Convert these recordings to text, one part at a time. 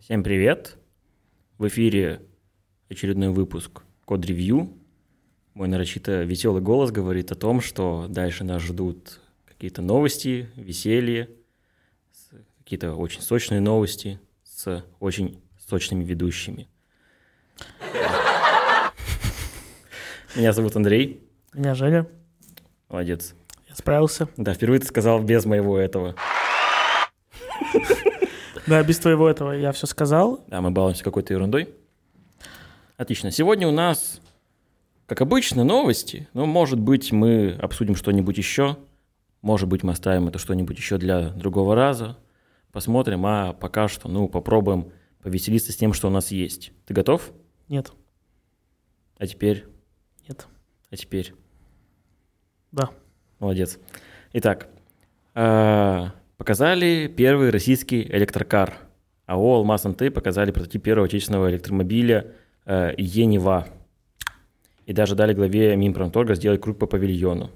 Всем привет! В эфире очередной выпуск Код Ревью. Мой нарочито веселый голос говорит о том, что дальше нас ждут какие-то новости, веселье, с- какие-то очень сочные новости с очень сочными ведущими. Меня зовут Андрей. Меня Женя, Молодец. я справился. Да, впервые ты сказал без моего этого. Да, без твоего этого я все сказал. Да, А мы балуемся какой-то ерундой. Отлично. Сегодня у нас, как обычно, новости. Но, может быть, мы обсудим что-нибудь еще. Может быть, мы оставим это что-нибудь еще для другого раза. Посмотрим. А пока что, ну, попробуем повеселиться с тем, что у нас есть. Ты готов? Нет, А теперь? Нет. А теперь? Да. Молодец. Итак, э, показали первый российский электрокар. АО «Алмаз МТ» показали прототип первого отечественного электромобиля э, «Енива». И даже дали главе Минпромторга сделать круг по павильону.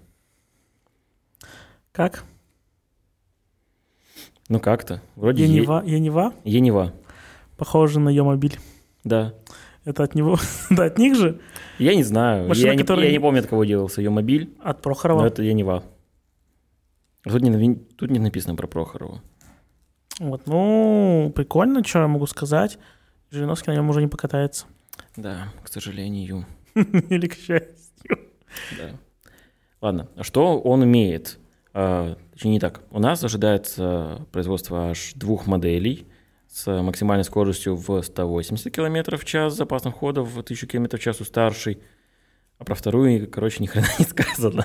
как? Ну как-то. Вроде е- Енива, Енива, «Енива». похоже на ее мобиль. Да. Это от него, да, от них же, Я не знаю. Машина, я, не, которая я не не- помню, от кого делался ее мобиль, от но Прохорова. это «Енива». А Тут не, нави- тут не написано про Прохорова. Вот, ну, прикольно, что я могу сказать. Жириновский на нем уже не покатается. Да, к сожалению. Или к счастью. Да. Ладно, а что он умеет? А, Точнее, не так. У нас ожидается производство аж двух моделей с максимальной скоростью в 180 км в час, с запасом хода в 1000 км в час у старшей. А про вторую, короче, ни хрена не сказано.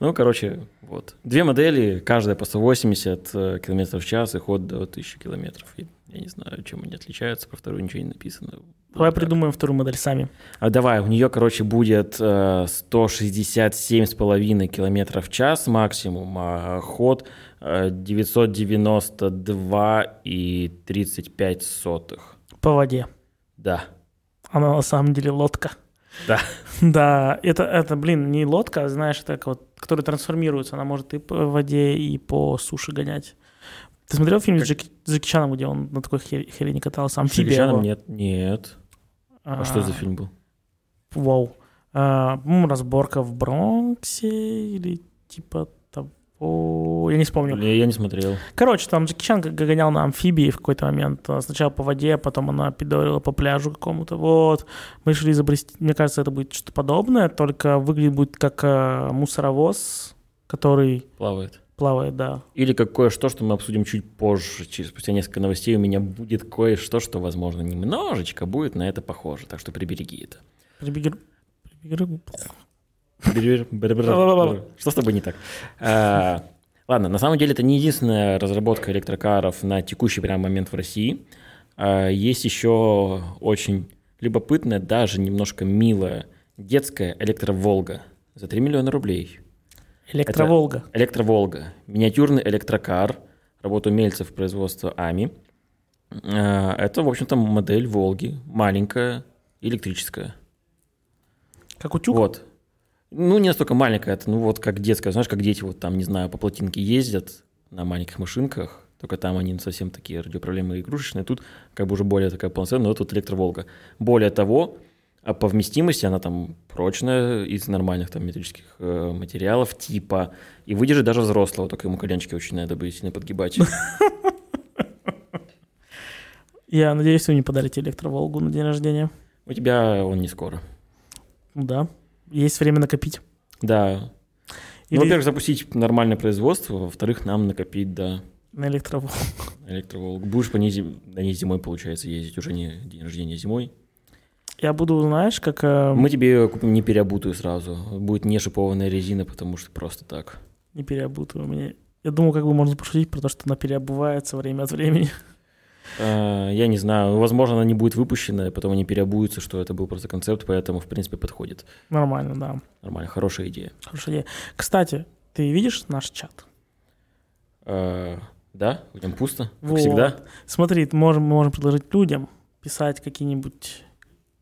Ну, короче, вот. Две модели, каждая по 180 км в час и ход до 1000 км. Я, я не знаю, чем они отличаются, про вторую ничего не написано. Давай Вот так. придумаем вторую модель сами. А давай, у нее, короче, будет э, 167,5 километров в час максимум, а ход э, 992,35 сотых. По воде. Да. Она на самом деле лодка. Да. Да, это, это, блин, не лодка, а, знаешь, так вот, которая трансформируется. Она может и по воде, и по суше гонять. Ты смотрел фильм с Джеки, с Джеки Чаном, где он на такой хер- херени катался? С Джеки Амфибия. Чаном его. нет. Нет. А, что за фильм был? Вау. А, по-моему, разборка в Бронксе или типа того. Я не вспомню. Блин, я не смотрел. Короче, там Джеки Чан г- гонял на амфибии в какой-то момент. А, Сначала по воде, потом она пидорила по пляжу какому-то. Вот. Мы решили изобрести... Мне кажется, это будет что-то подобное, только выглядит будет как э, мусоровоз, который Плавает. плавает, да. Или как кое-что, что мы обсудим чуть позже, через спустя несколько новостей, у меня будет кое-что, что, возможно, немножечко будет на это похоже, так что прибереги это. Прибегер- прибегер- Что с тобой не так? А, Ладно, на самом деле это не единственная разработка электрокаров на текущий прям момент в России. А, Есть еще очень любопытная, даже немножко милая детская электроволга за 3 миллиона рублей. Электроволга. Электроволга. Миниатюрный электрокар. Работа умельцев производства АМИ. А, Это, в общем-то, модель Волги. Маленькая, электрическая. Как утюг? Вот. Ну, не настолько маленькая, это, ну, вот как детская, знаешь, как дети вот там, не знаю, по плотинке ездят на маленьких машинках, только там они ну, совсем такие радиоуправляемые игрушечные, тут как бы уже более такая полноценная, но тут электроволга. Более того, а по вместимости она там прочная, из нормальных там металлических э, материалов, типа, и выдержит даже взрослого, только ему коленчики очень надо бы сильно подгибать. Я надеюсь, вы мне подарите электроволгу на день рождения. У тебя он не скоро. Ну да. Есть время накопить. Да. Ну, Или во-первых, запустить нормальное производство, во-вторых, нам накопить, да, на электроволгу. Электроволк. Будешь по ней, зим- на ней зимой, получается, ездить. Уже не день рождения а зимой. Я буду, знаешь, как... э, Мы тебе купим не переобутую сразу. Будет не шипованная резина, потому что просто так. Не переобутую. Мне... Я думал, как бы можно пошутить про то, что она переобувается время от времени. А, Я не знаю. Возможно, она не будет выпущена, и потом они переобуются, что это был просто концепт, поэтому, в принципе, подходит. Нормально, да. Нормально, хорошая идея. Хорошая идея. Кстати, ты видишь наш чат? А, Да? В нем пусто, как Вот. всегда. Смотри, т- можем, мы можем предложить людям писать какие-нибудь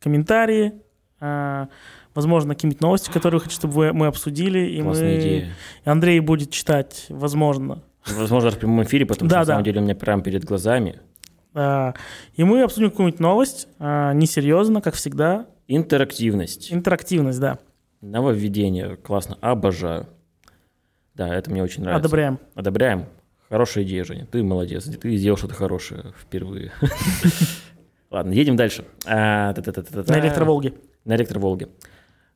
комментарии, а, возможно, какие-нибудь новости, которые хотят, чтобы вы- мы обсудили. И Классная мы... идея. И Андрей будет читать, возможно. Возможно, даже в прямом эфире, потому что, Да, на самом да. деле, у меня прямо перед глазами А, И мы обсудим какую-нибудь новость, а, несерьезно, как всегда. Интерактивность. Интерактивность, да. Нововведение. Классно. Обожаю. Да, это мне очень нравится. Одобряем. Одобряем. Хорошая идея, Женя. Ты молодец. Ты сделал что-то хорошее впервые. Ладно, едем дальше. А, та-та-та-та-та. На электроволге. На электроволге.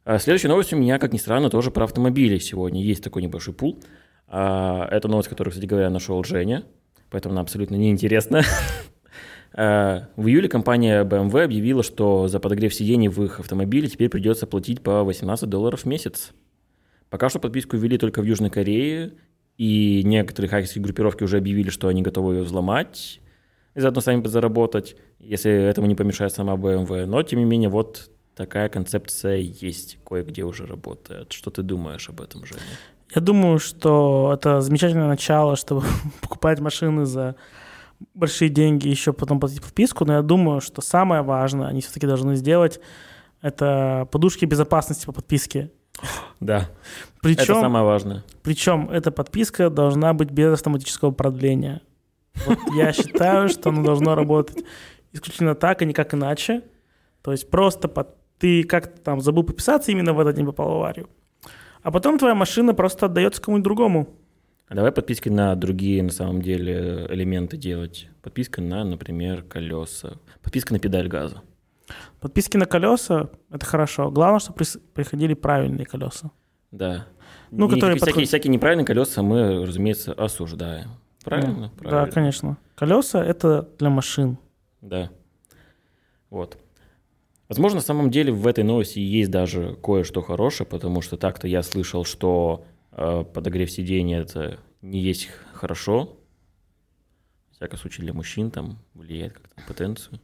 А, Следующая новость у меня, как ни странно, тоже про автомобили сегодня. Есть такой небольшой пул. А, Это новость, которую, кстати говоря, нашел Женя, поэтому она абсолютно неинтересна. А, В июле компания BMW объявила, что за подогрев сидений в их автомобиле теперь придется платить по 18 долларов в месяц. Пока что подписку ввели только в Южной Корее, и некоторые хакерские группировки уже объявили, что они готовы ее взломать и заодно сами подзаработать, если этому не помешает сама BMW. Но, тем не менее, вот такая концепция есть, кое-где уже работает. Что ты думаешь об этом, Женя? Я думаю, что это замечательное начало, чтобы покупать машины за большие деньги, еще потом платить подписку, но я думаю, что самое важное, они все-таки должны сделать, это подушки безопасности по подписке. Да, это Причем, самое важное. причем эта подписка должна быть без автоматического продления. Вот я считаю, что оно должно работать исключительно так, а не как иначе. То есть просто под- ты как-то там забыл подписаться, именно в этот день попал в аварию. А потом твоя машина просто отдается кому-нибудь другому. А давай подписки на другие, на самом деле, элементы делать. Подписка на, например, колеса. Подписка на педаль газа. Подписки на колеса — это хорошо. Главное, что прис- приходили правильные колеса. Да. Ну, Не- которые всякие, подходят. всякие неправильные колеса мы, разумеется, осуждаем. Правильно? Да, Правильно. Да, конечно. Колеса — это для машин. Да. Вот. Возможно, на самом деле в этой новости есть даже кое-что хорошее, потому что так-то я слышал, что э, подогрев сидения это не есть х- хорошо. В всяком случае, для мужчин там влияет как-то на потенцию.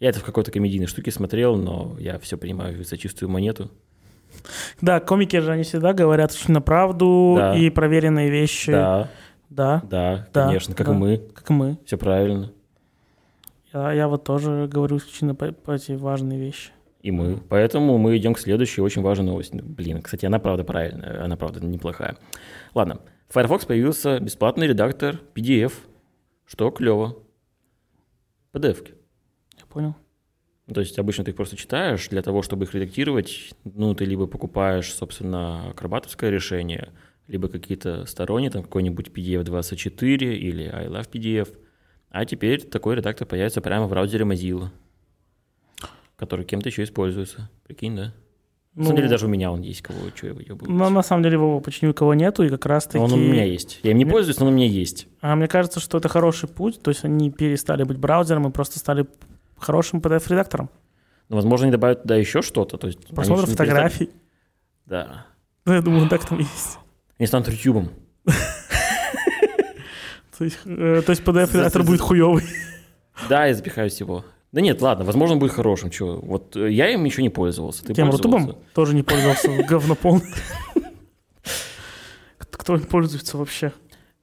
Я это в какой-то комедийной штуке смотрел, но я все принимаю за чистую монету. Да, комики же, они всегда говорят очень на правду Да. и проверенные вещи. Да, Да, да, Да, конечно, как да. и мы. как и мы. Все правильно. Я, я вот тоже говорю исключительно по, по эти важные вещи. И мы. Поэтому мы идем к следующей очень важной новости. Блин, кстати, она правда правильная, она правда неплохая. Ладно, в Firefox появился бесплатный редактор PDF, что клево. PDF. -ки. Я понял. Ну, То есть обычно ты их просто читаешь, для того, чтобы их редактировать, ну, ты либо покупаешь, собственно, акробатовское решение, либо какие-то сторонние, там какой-нибудь PDF24 или I love PDF. А теперь такой редактор появится прямо в браузере Mozilla, который кем-то еще используется. Прикинь, да? На самом деле даже у меня он есть, кого что я выебываюсь. но Ну, на самом деле его почти ни у кого нету, и как раз таки... Но он у меня есть. Я им не пользуюсь, но он у меня есть. А мне кажется, что это хороший путь, то есть они перестали быть браузером и просто стали хорошим PDF-редактором. Но, возможно, они добавят туда еще что-то. То есть они Просмотр же не перестали- фотографий. Да. Ну, я думаю, так там есть. Они станут Ютубом. То есть, э, то есть PDF-редактор будет хуёвый. Да, я запихаю всего. Да нет, ладно, возможно, он будет хорошим. Чего? Вот э, я им еще не пользовался. Ты Тем пользовался? Рутубом тоже не пользовался, говно полное. Кто- Кто им пользуется вообще?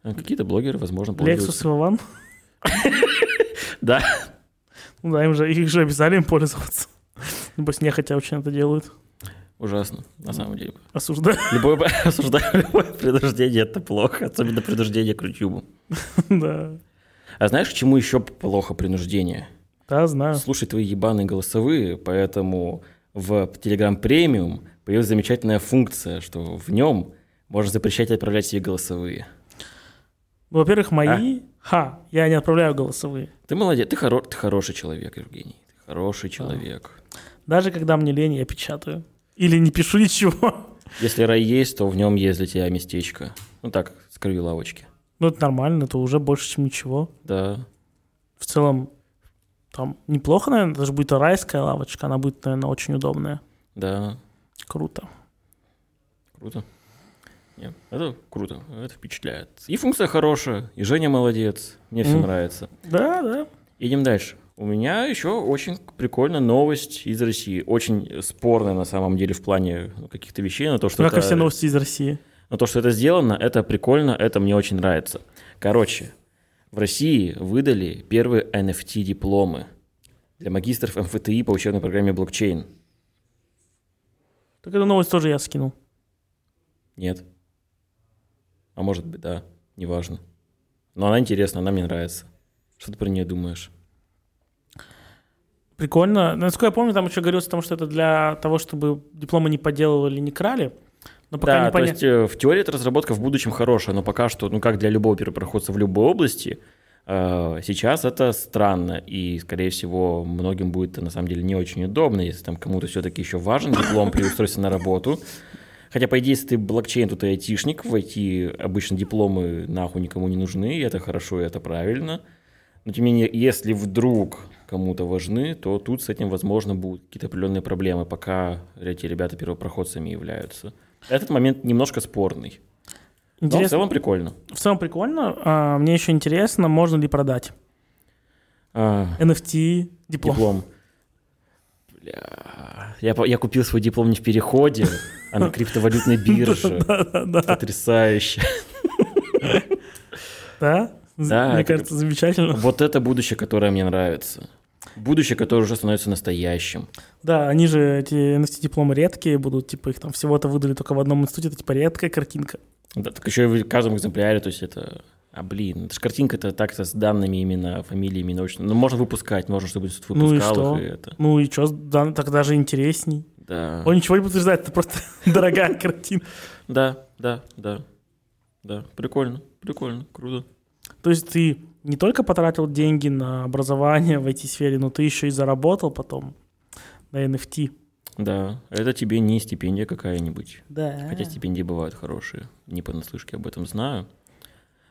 Э, Какие-то блогеры, возможно, Lexus пользуются. и Вован? Да. Ну да, им же, их же обязали им пользоваться. Небось, нехотя очень это делают. Ужасно, на самом деле. Осуждаю. Любое, осуждаю любое предупреждение, это плохо. Особенно предупреждение к Ютубу. Да. А знаешь, к чему еще плохо принуждение? Да, знаю. Слушай твои ебаные голосовые, поэтому в Telegram Premium появилась замечательная функция, что в нем можно запрещать отправлять себе голосовые. Ну, Во-первых, А. мои... Ха, я не отправляю голосовые. Ты молодец, ты, хоро- ты хороший человек, Евгений. Ты хороший человек. Даже когда мне лень, я печатаю. Или не пишу ничего. Если рай есть, то в нем есть для тебя местечко. Ну так, с краю лавочки. Ну, это нормально, это уже больше, чем ничего. Да. В целом, там неплохо, наверное, даже будет райская лавочка, она будет, наверное, очень удобная. Да, Круто. круто. Нет, это круто, это впечатляет. И функция хорошая, и Женя молодец. Мне все Мгм. нравится. Да, да. Идем дальше. У меня еще очень прикольная новость из России. Очень спорная на самом деле в плане ну, каких-то вещей, на то, что как и это- все новости из России. на то, что это сделано, это прикольно, это мне очень нравится. Короче, в России выдали первые NFT-дипломы для магистров МФТИ по учебной программе блокчейн. Так эту новость тоже я скинул. Нет. А может быть, да, неважно. Но она интересна, она мне нравится. Что ты про нее думаешь? Прикольно. Насколько я помню, там еще говорилось о том, что это для того, чтобы дипломы не подделывали, не крали. Но пока да, не то понятно. есть э, в теории эта разработка в будущем хорошая, но пока что, ну как для любого первопроходца в любой области, э, сейчас это странно, и, скорее всего, многим будет на самом деле не очень удобно, если там кому-то все-таки еще важен диплом при устройстве на работу. Хотя, по идее, если ты блокчейн, то ты айтишник, в IT обычно дипломы нахуй никому не нужны, и это хорошо, и это правильно. Но, тем не менее, если вдруг кому-то важны, то тут с этим, возможно, будут какие-то определенные проблемы, пока эти ребята первопроходцами являются. Этот момент немножко спорный. Но в Интересно. целом прикольно. в, целом... прикольно. А, мне еще интересно, можно ли продать А, NFT диплом. диплом. Бля, Я, по- я купил свой диплом не в переходе, а на криптовалютной бирже. Потрясающе. Да? Да, Мне это кажется, замечательно. Вот это будущее, которое мне нравится. Будущее, которое уже становится настоящим. Да, они же, эти NFT-дипломы редкие будут, типа их там всего-то выдали только в одном институте, это типа редкая картинка. Да, так еще и в каждом экземпляре, то есть это... А, блин, это же картинка-то так-то с данными именно, фамилиями научно. Ну, можно выпускать, можно, чтобы институт Ну и выпускал что? их, и это. Ну и что, да, так даже интересней. Да. Он ничего не подтверждает, это просто дорогая картина. да, да, да. Да, прикольно, прикольно, круто. То есть ты не только потратил деньги на образование в IT-сфере, но ты еще и заработал потом на NFT. Да, это тебе не стипендия какая-нибудь. Да. Хотя стипендии бывают хорошие, не понаслышке об этом знаю.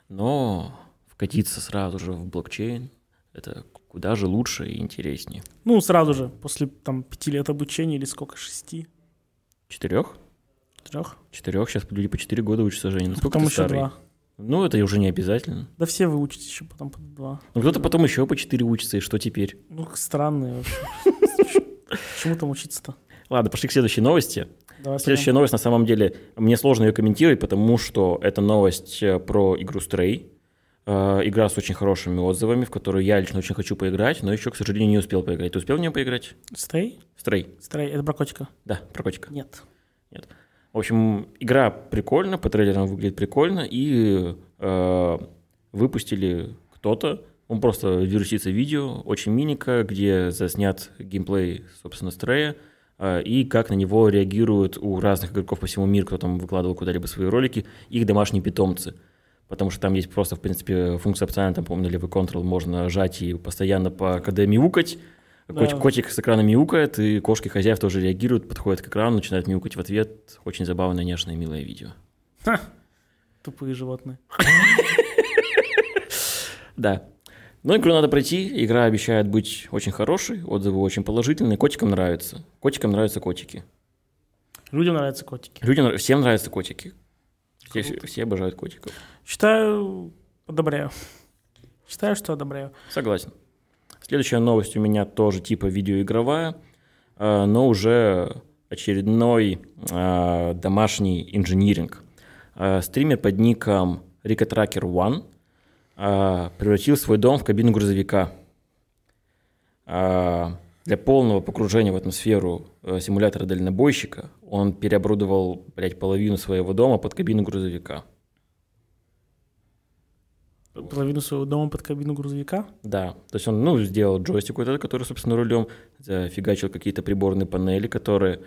Но вкатиться сразу же в блокчейн, это куда же лучше и интереснее. Ну, сразу же, после там пяти лет обучения или сколько, шести, Четырех? трех? Четырех, сейчас люди по четыре года учатся, Женя. Насколько Потом ты еще старый? два. Ну, это уже не обязательно. Да все вы учите еще потом по два. Ну, кто-то потом еще по 4 учится, и что теперь? Ну, как странные вообще. Чему там учиться-то? Ладно, пошли к следующей новости. Давай Следующая новость, на самом деле, мне сложно ее комментировать, потому что это новость э, про игру Stray. Э, Игра с очень хорошими отзывами, в которую я лично очень хочу поиграть, но еще, к сожалению, не успел поиграть. Ты успел в нее поиграть? прям. Stray? Стрей. Stray, это про котика? Да, про котика. Нет. В общем, игра прикольна, по трейлерам выглядит прикольно, и э, выпустили кто-то, он просто вирусится видео, очень миника, где заснят геймплей, собственно, Стрея, э, и как на него реагируют у разных игроков по всему миру, кто там выкладывал куда-либо свои ролики, их домашние питомцы. Потому что там есть просто, в принципе, функция опциональная, там, помню, левый контрол можно жать и постоянно по КД мяукать. Кот- Да. Котик с экрана мяукает, и кошки хозяев тоже реагируют, подходят к экрану, начинают мяукать в ответ. Очень забавное, нежное, милое видео. Тупые животные. Да. Ну Но игру надо пройти. Игра обещает быть очень хорошей, отзывы очень положительные. Котикам нравится. Котикам нравятся котики. Людям нравятся котики. Людям нрав- всем нравятся котики. Все, Круто. все обожают котиков. Считаю, одобряю. Считаю, что одобряю. Согласен. Следующая новость у меня тоже типа видеоигровая, э, но уже очередной э, домашний инжиниринг. Э, Стример под ником Рикотракер One э, превратил свой дом в кабину грузовика. Э, Для полного погружения в атмосферу э, симулятора дальнобойщика он переоборудовал, блядь, половину своего дома под кабину грузовика. Половину своего дома под кабину грузовика. Да, то есть он, ну, сделал джойстик вот этот, который, собственно, рулем, зафигачил какие-то приборные панели, которые,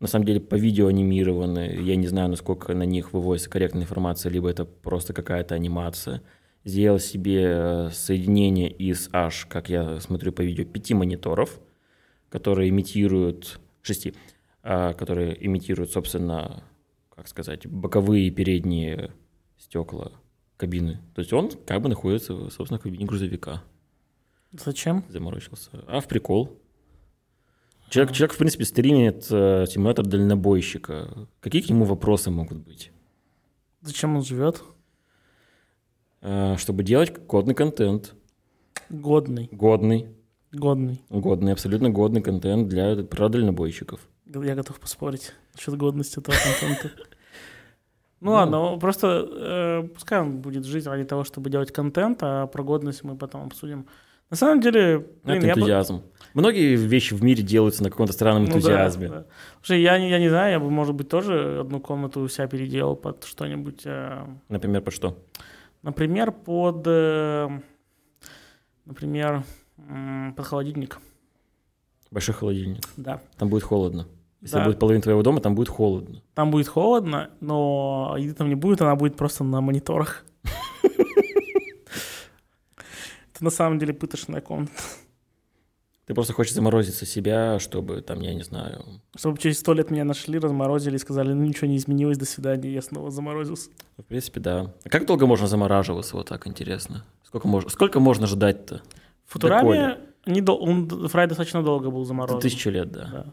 на самом деле, по видео анимированы. Я не знаю, насколько на них выводится корректная информация, либо это просто какая-то анимация. Сделал себе э, соединение из аж, как я смотрю по видео, пяти мониторов, которые имитируют, шести, а, которые имитируют, собственно, как сказать, боковые и передние стекла кабины. То есть он как бы находится, в, собственно, в кабине грузовика Зачем? заморочился. А в прикол. Человек, человек в принципе, стримит э, симулятор дальнобойщика. Какие к нему вопросы могут быть? Зачем он живет? Э, чтобы делать годный контент. Годный. Годный. Годный. Годный, абсолютно годный контент для про дальнобойщиков. Я готов поспорить насчет годности этого контента. Ну ладно, просто э, пускай он будет жить ради того, чтобы делать контент, а про годность мы потом обсудим. На самом деле, блин, Это я бы- энтузиазм. Многие вещи в мире делаются на каком-то странном Ну да, энтузиазме. да. Слушай, я, не- я не знаю, я бы, может быть, тоже одну комнату у себя переделал под что-нибудь. э, Например, под что? например, под... э, например, м, под холодильник. Большой холодильник. Да. Там будет холодно. Если Да. будет половина твоего дома, там будет холодно. Там будет холодно, но еды там не будет, она будет просто на мониторах. Это на самом деле пыточная комната. Ты просто хочешь заморозиться себя, чтобы там, я не знаю... Чтобы через сто лет меня нашли, разморозили и сказали, ну ничего не изменилось, до свидания, я снова заморозился. В принципе, да. А как долго можно замораживаться, вот так интересно? Сколько можно, сколько можно ждать-то? В Футураме Доколе. не дол- он, Фрай достаточно долго был заморожен. До тысячу лет, да. Да.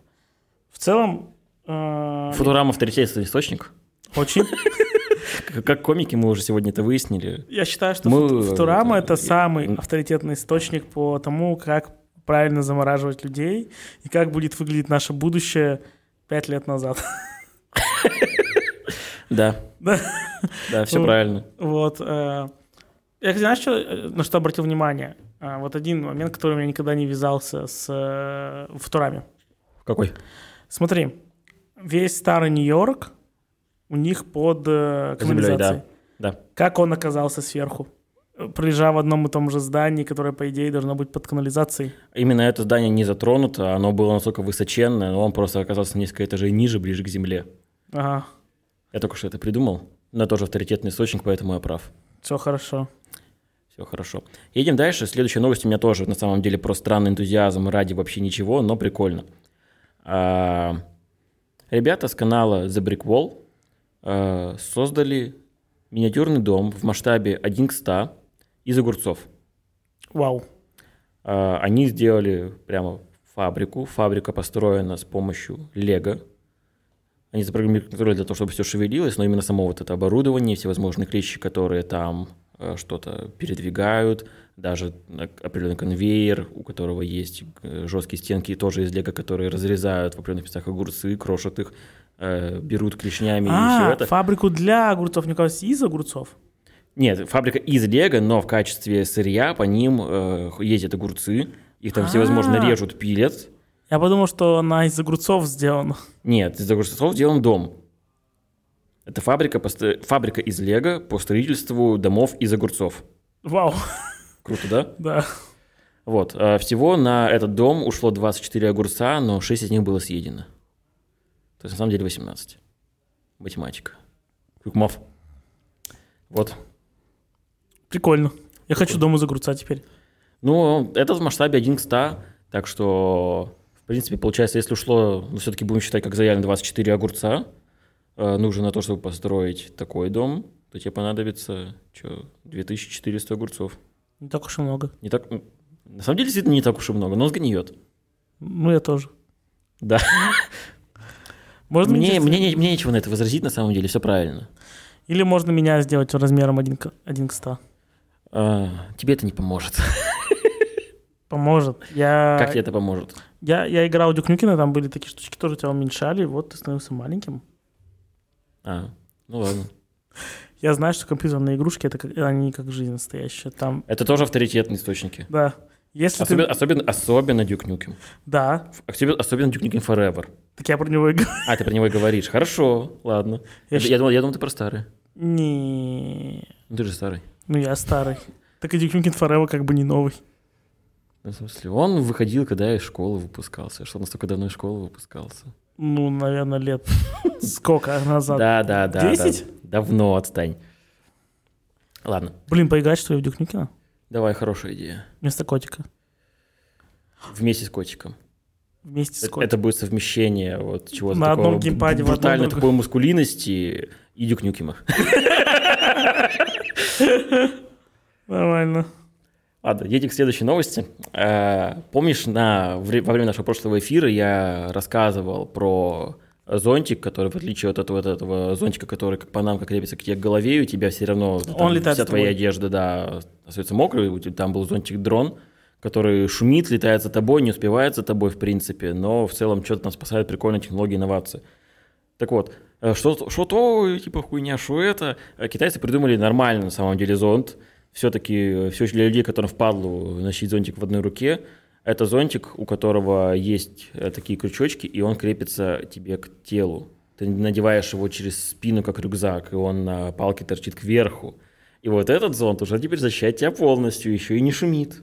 В целом, э, Футурама авторитетный источник. очень... Как, как комики мы уже сегодня это выяснили. Я считаю, что Мы, Фут- Футурама — э, это э, самый м. авторитетный источник по тому, как правильно замораживать людей и как будет выглядеть наше будущее пять лет назад. Да. Да. Да, все Ну, правильно. Вот. э, Я, кстати, знаешь, что, э, на что обратил внимание? А, Вот один момент, который у меня никогда не вязался с э, Футурами. Какой? Смотри, весь старый Нью-Йорк у них под э, Землей, канализацией. да. Да. Как он оказался сверху? Э, Пролежав в одном и том же здании, которое, по идее, должно быть под канализацией. Именно это здание не затронуто, оно было настолько высоченное, но он просто оказался несколько этажей ниже, ближе к земле. Ага, Я только что это придумал, но тоже авторитетный источник, поэтому я прав. все хорошо. Все хорошо. Едем дальше. Следующая новость у меня тоже, на самом деле, про странный энтузиазм ради вообще ничего, но прикольно. А, Ребята с канала The Brick Wall а, создали миниатюрный дом в масштабе 1 к 100 из огурцов. Вау. А, Они сделали прямо фабрику. Фабрика построена с помощью лего. Они запрограммировали контроль для того, чтобы все шевелилось, но именно само вот это оборудование, всевозможные клещи, которые там э, что-то передвигают, даже на- определенный конвейер, у которого есть э, жесткие стенки, тоже из лего, которые разрезают в определенных местах огурцы, крошат их, э, берут клешнями и все А, это. фабрику для огурцов, мне кажется, из огурцов. Нет, фабрика из лего, но в качестве сырья по ним э, ездят огурцы, их там всевозможно А. режут, пилят. Я подумал, что она из огурцов сделана. Нет, из огурцов сделан дом. Это фабрика, по ст- фабрика из лего по строительству домов из огурцов. Вау, Круто, да? да. Вот. а, Всего на этот дом ушло 24 огурца, но 6 из них было съедено. То есть на самом деле 18. Математика. Кукмов. Вот. Прикольно. Я хочу дом из огурца теперь. Ну, это в масштабе 1 к 100, так что, в принципе, получается, если ушло, ну, все-таки будем считать, как заявлено, 24 огурца, э, нужно на то, чтобы построить такой дом, то тебе понадобится, что, 2400 огурцов. Не так уж и много. Не так, м, на самом деле, действительно, не так уж и много, но он сгниет. Ну, я тоже. Да. Можно Мне, здесь- мне, не- мне нечего на это возразить, на самом деле, все правильно. Или можно меня сделать размером 1 к, один к 100. А, тебе это не поможет. Поможет. Я, Как тебе это поможет? я, я играл в Дюкнюкина, там были такие штучки, которые тебя уменьшали, вот ты становился маленьким. А, ну ладно. Я знаю, что компьютерные игрушки, это как, они как жизнь настоящая. Там, Это тоже авторитетные источники. да. Если Особенно, ты... особенно, особенно Duke Nukem. Да. Особенно особенно Duke Nukem Forever. Так я про него и говорю. А, ты про него и говоришь. Хорошо, ладно. Я Я, щ- я думал, я думал, ты про старый. Не. Ну, ты же старый. Ну, я старый. Так и Duke Nukem Forever как бы не новый. Ну, в смысле, он выходил, когда я из школы выпускался. Что, настолько давно из школы выпускался? Ну, наверное, лет сколько назад. Да, да, да. да. 10? Давно отстань. Ладно, Блин, поиграть, что ли, в Duke Nukem? давай, хорошая идея. Вместо котика. Вместе с котиком. Вместе с Это, котиком. это будет совмещение вот чего-то На такого одном геймпаде, в одном брутальной другом. такой мускулиности и дюкнюкима. э. Нормально. Ладно, едем к следующей новости. Э, Помнишь, на, вре- во время нашего прошлого эфира я рассказывал про зонтик, который, в отличие от этого, от этого зонтика, который как панамка крепится к тебе к голове, и у тебя все равно Он летает вся с тобой. твоя одежда да, остается мокрой, у тебя там был зонтик-дрон, который шумит, летает за тобой, не успевает за тобой, в принципе, но в целом что-то там спасает прикольные технологии инновации. Так вот, э, что, что то, типа, хуйня, что это? Э, Китайцы придумали нормально, на самом деле, зонт. Все-таки, все для людей, которым впадло носить зонтик в одной руке, это зонтик, у которого есть э, такие крючочки, и он крепится тебе к телу. Ты надеваешь его через спину, как рюкзак, и он на палке торчит кверху. И вот этот зонт уже теперь защищает тебя полностью, еще и не шумит.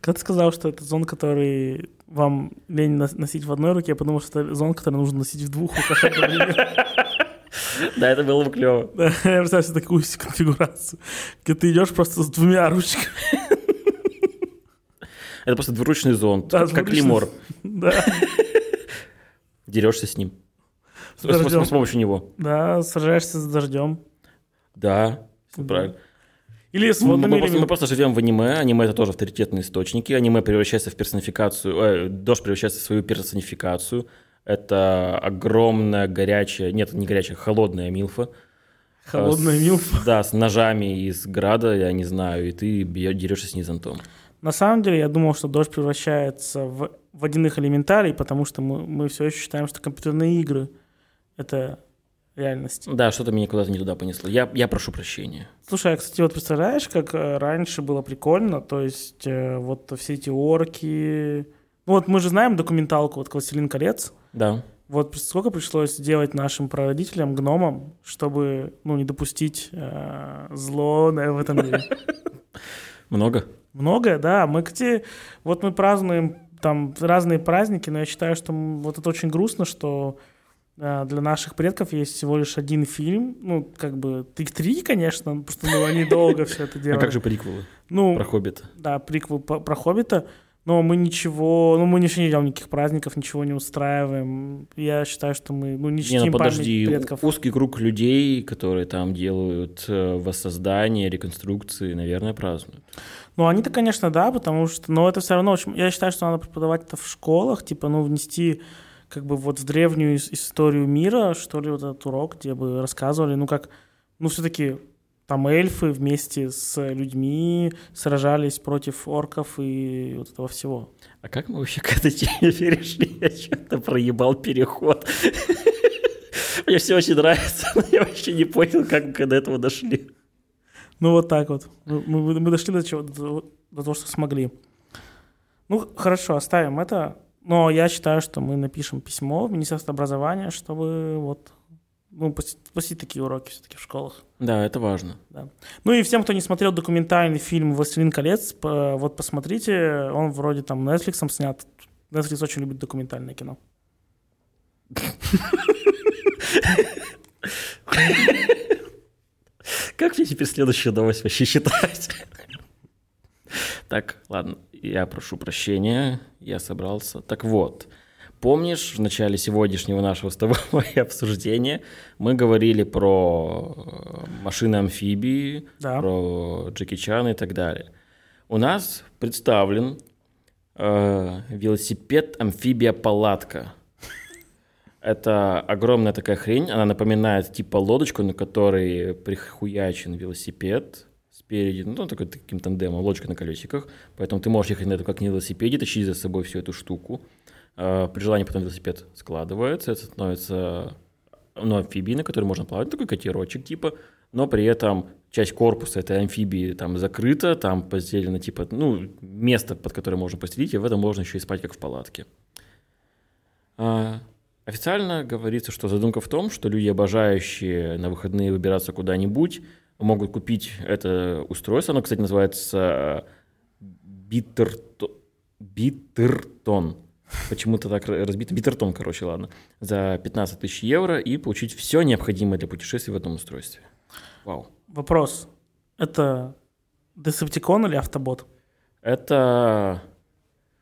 Когда ты сказал, что это зон, который вам лень нос- носить в одной руке, я подумал, что это зон, который нужно носить в двух руках одновременно. Да, это было бы клево. Да, Я представляю себе такую си- конфигурацию, где ты идешь просто с двумя ручками. Это просто двуручный зонт, Да, как двуручный. лимор. Да, Дерешься с ним. С, с- дождем. с помощью него. да, сражаешься с дождем. Да, всё Да. правильно. Или с Мы, мы водными просто, мы элементами. просто живем в аниме. Аниме это тоже авторитетные источники. Аниме превращается в персонификацию. э, дождь превращается в свою персонификацию. Это огромная горячая, нет, не горячая, холодная милфа. Э, Холодная С- милфа. Да, с ножами из града, я не знаю, и ты бьё- дерешься с ней зонтом. На самом деле, я думал, что дождь превращается в водяных элементарий, потому что мы, мы все еще считаем, что компьютерные игры — это реальность. Да, что-то меня куда-то не туда понесло. Я, я прошу прощения. Слушай, а, кстати, вот представляешь, как э, раньше было прикольно, то есть э, вот все эти орки... Ну вот мы же знаем документалку, вот «Властелин колец», Да. вот сколько пришлось делать нашим прародителям, гномам, чтобы, ну, не допустить э, зло э, в этом мире. Много? Многое, да. а Мы, кстати, вот мы празднуем там разные праздники, но я считаю, что м, вот это очень грустно, что э, для наших предков есть всего лишь один фильм. Ну, как бы, их три, конечно, ну, просто ну, они долго все это А делают. как же приквелы Ну, про Хоббита? да, приквел по- про Хоббита, но мы ничего, ну, мы ничего не делаем, никаких праздников, ничего не устраиваем. Я считаю, что мы, ну, не Не, чтим ну подожди, память предков. узкий круг людей, которые там делают э, воссоздание, реконструкции, наверное, празднуют. Ну, они-то, конечно, да, потому что... Но это все равно... очень- Я считаю, что надо преподавать это в школах, типа, ну, внести как бы вот в древнюю ис- историю мира, что ли, вот этот урок, где бы рассказывали, ну, как... Ну, все-таки там эльфы вместе с людьми сражались против орков и вот этого всего. А как мы вообще к этой теме перешли? Я что-то проебал переход. Мне все очень нравится, но я вообще не понял, как мы до этого дошли. Ну, вот так вот. Мы, мы- мы дошли до чего до, до того, что смогли. Ну, хорошо, оставим это. Но я считаю, что мы напишем письмо в Министерство образования, чтобы вот ну, пос- посетить такие уроки все-таки в школах. Да, это важно. Ну и всем, кто не смотрел документальный фильм «Властелин колец», п- вот посмотрите, он вроде там Netflix снят. Netflix очень любит документальное кино. Как мне теперь следующую новость вообще считать? Так, ладно, я прошу прощения, я собрался. Так вот, помнишь, в начале сегодняшнего нашего с тобой обсуждения мы говорили про э, машины-амфибии, Да. про Джеки Чана и так далее. У нас представлен э, велосипед-амфибия-палатка. Это огромная такая хрень, она напоминает типа лодочку, на которой прихуячен велосипед спереди, ну, такой таким тандемом, лодочка на колесиках, поэтому ты можешь ехать на этом как на велосипеде, тащить за собой всю эту штуку. Э, При желании потом велосипед складывается, это становится ну, амфибией, на которой можно плавать, такой котирочек типа, но при этом часть корпуса этой амфибии там закрыта, там постелено типа, ну, место, под которое можно постелить, и в этом можно еще и спать, как в палатке. А, Официально говорится, что задумка в том, что люди, обожающие на выходные выбираться куда-нибудь, могут купить это устройство. Оно, кстати, называется э, Биттертон. Биттертон. Почему-то так разбито. Биттертон, короче, ладно. За 15 тысяч евро и получить все необходимое для путешествий в этом устройстве. Вау. Вопрос. Это Десептикон или Автобот? Это...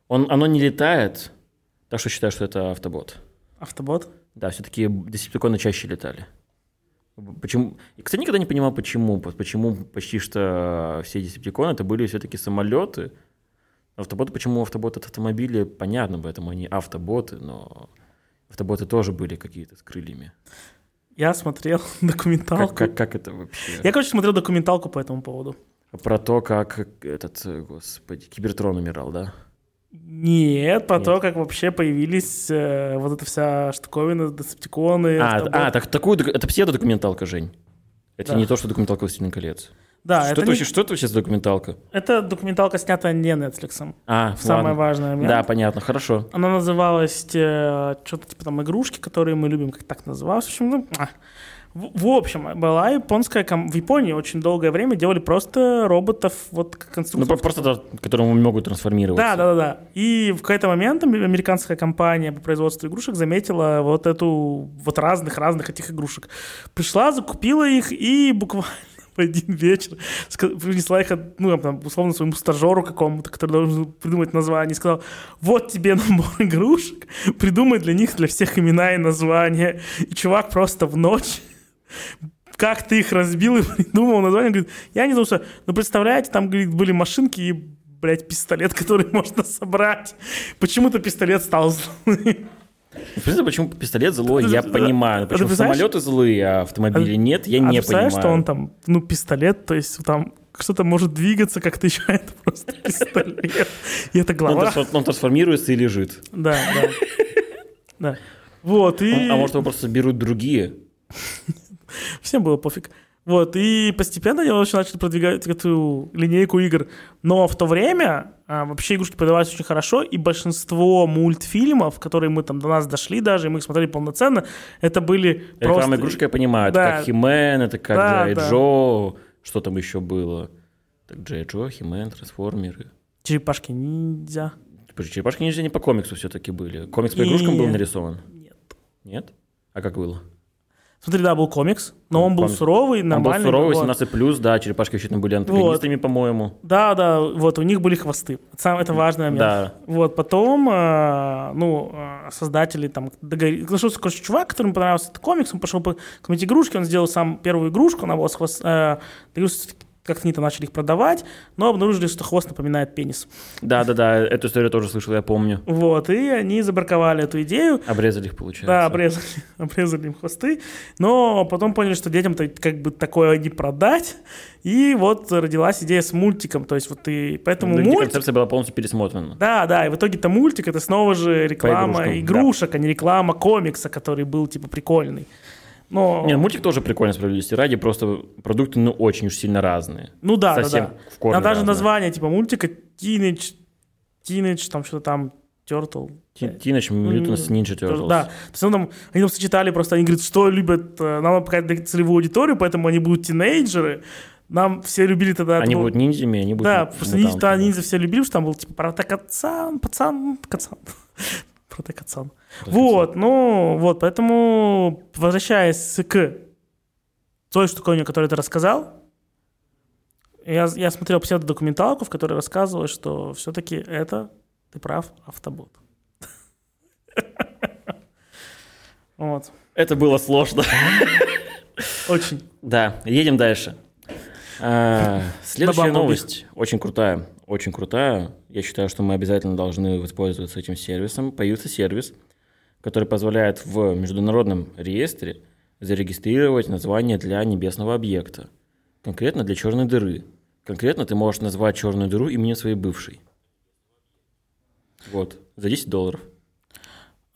Он, оно не летает, так что считаю, что это автобот. Автобот? Да, все-таки десептиконы чаще летали. Почему? И, кстати, никогда не понимал, почему. По- Почему почти что все десептиконы это были все-таки самолеты. Автоботы, почему автоботы это автомобили, понятно, поэтому они автоботы, но автоботы тоже были какие-то с крыльями. Я смотрел документалку. Как, как, как это вообще? Я, короче, смотрел документалку по этому поводу. Про то, как этот, э, господи, Кибертрон умирал, да? Нет, про Нет. то, как вообще появились э, вот эта вся штуковина, десептиконы. А, автобот. а, так, такую, док- это псевдодокументалка, Жень. Это Да. не то, что документалка «Властелин колец». да, что, это, это не- вообще, что это вообще за документалка? это документалка, снята не Netflix. А, Самое ладно. важное. Да, понятно, хорошо. Она э, называлась что-то типа там игрушки, которые мы любим, как так называлась. В общем, ну, а. В, в общем, была японская... ком- В Японии очень долгое время делали просто роботов вот к- Ну, про- конструкторов. просто даже, которому могут трансформироваться. Да, да, да, да. И в какой-то момент ам- американская компания по производству игрушек заметила вот эту вот разных-разных этих игрушек. Пришла, закупила их и буквально в один вечер ска- принесла их, от- ну, там, условно, своему стажеру какому-то, который должен был придумать название, и сказал, вот тебе набор игрушек, придумай для них, для всех имена и названия. И чувак просто в ночь как ты их разбил и придумал название. Говорит, я не думал, что... Ну, представляете, там, говорит, были машинки и, блядь, пистолет, который можно собрать. Почему-то пистолет стал злым. В принципе, почему пистолет злой, Ты- я ты- понимаю. а ты Почему представляешь- самолеты злые, а автомобили А- нет, я а не ты представляешь, понимаю. что он там, ну, пистолет, то есть там что-то может двигаться как-то еще, а это просто пистолет. И это Он глава. трансфор- он трансформируется и лежит. Да, да. Да. Вот, и... А может, его просто берут другие? Всем было пофиг. Вот, и постепенно я вообще начал продвигать эту линейку игр. Но в то время а, вообще игрушки продавались очень хорошо, и большинство мультфильмов, которые мы там до нас дошли даже, и мы их смотрели полноценно, это были Реклама просто... игрушка, я понимаю. Да. Это как Химен, это как Да, Джей да. Джо. Что там еще было? Так Джей Джо, Химен, Трансформеры. Черепашки-ниндзя. Подожди, Черепашки нельзя не по комиксу все-таки были. Комикс по И- игрушкам был нарисован? Нет. Нет? А как было? Смотри, да, был комикс, но он был Комикс. суровый, Он был нормальный. суровый, вот. 18 плюс, да, черепашки вообще там были антагонистами, по-моему. Да, да, вот, у них были хвосты. Сам, это важный момент. Да. Вот, потом, э, ну, э, создатели там договорились. Нашелся, короче, чувак, которому понравился этот комикс, он пошел по какой-нибудь игрушке, он сделал сам первую игрушку, она была с хвост... э, договорились, как-то они там начали их продавать, но обнаружили, что хвост напоминает пенис. Да, да, да. Эту историю тоже слышал, я помню. Вот, и они забраковали эту идею, Обрезали их, получается. Да, обрезали, обрезали им хвосты, но потом поняли, что детям-то как бы такое не продать, и вот родилась идея с мультиком, то есть вот ты, поэтому Да, где мультик, Ну, концепция была полностью пересмотрена. да, да, и в итоге-то мультик, это снова же реклама игрушкам, игрушек, а не реклама комикса, который был типа прикольный. Но, Не, ну, мультик тоже прикольно справедливости ради, просто продукты, ну, очень уж сильно разные. ну да, да, совсем да. в корне Там даже разные. название типа мультика Teenage, Teenage, там что-то там, Turtle, Тиноч Мьютанс Нинджа Turtles. Да, то есть он там, они там сочетали просто, они говорят, что любят, э, нам надо показать целевую аудиторию, поэтому они будут тинейджеры. Нам все любили тогда... Они этого- будут ниндзями, они будут Да, му- просто ниндзя, мутантами. тогда ниндзя все любили, потому что там был типа протокацан, пацан, кацан. Протокацан. Вот, ну, вот, поэтому, возвращаясь к той штуковине, о которой ты рассказал, я, я смотрел псевдодокументалку, в которой рассказывалось, что все-таки это, ты прав, автобот. Вот. Это было сложно. Очень. Да, едем дальше. А, Следующая Добавил новость очень крутая, очень крутая. Я считаю, что мы обязательно должны воспользоваться этим сервисом. Появился сервис, который позволяет в международном реестре зарегистрировать название для небесного объекта, конкретно для черной дыры. Конкретно ты можешь назвать черную дыру именем своей бывшей. Вот, за 10 долларов.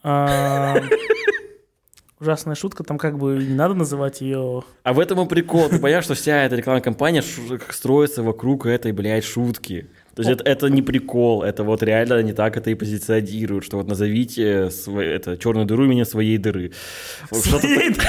А, Ужасная шутка, там как бы не надо называть ее... А в этом и прикол. Ты понимаешь, что вся эта рекламная кампания шу- строится вокруг этой, блядь, шутки. То есть это, это не прикол, это вот реально они так это и позиционируют, что вот назовите свой- это, черную дыру меня своей дыры. Вот что-то так-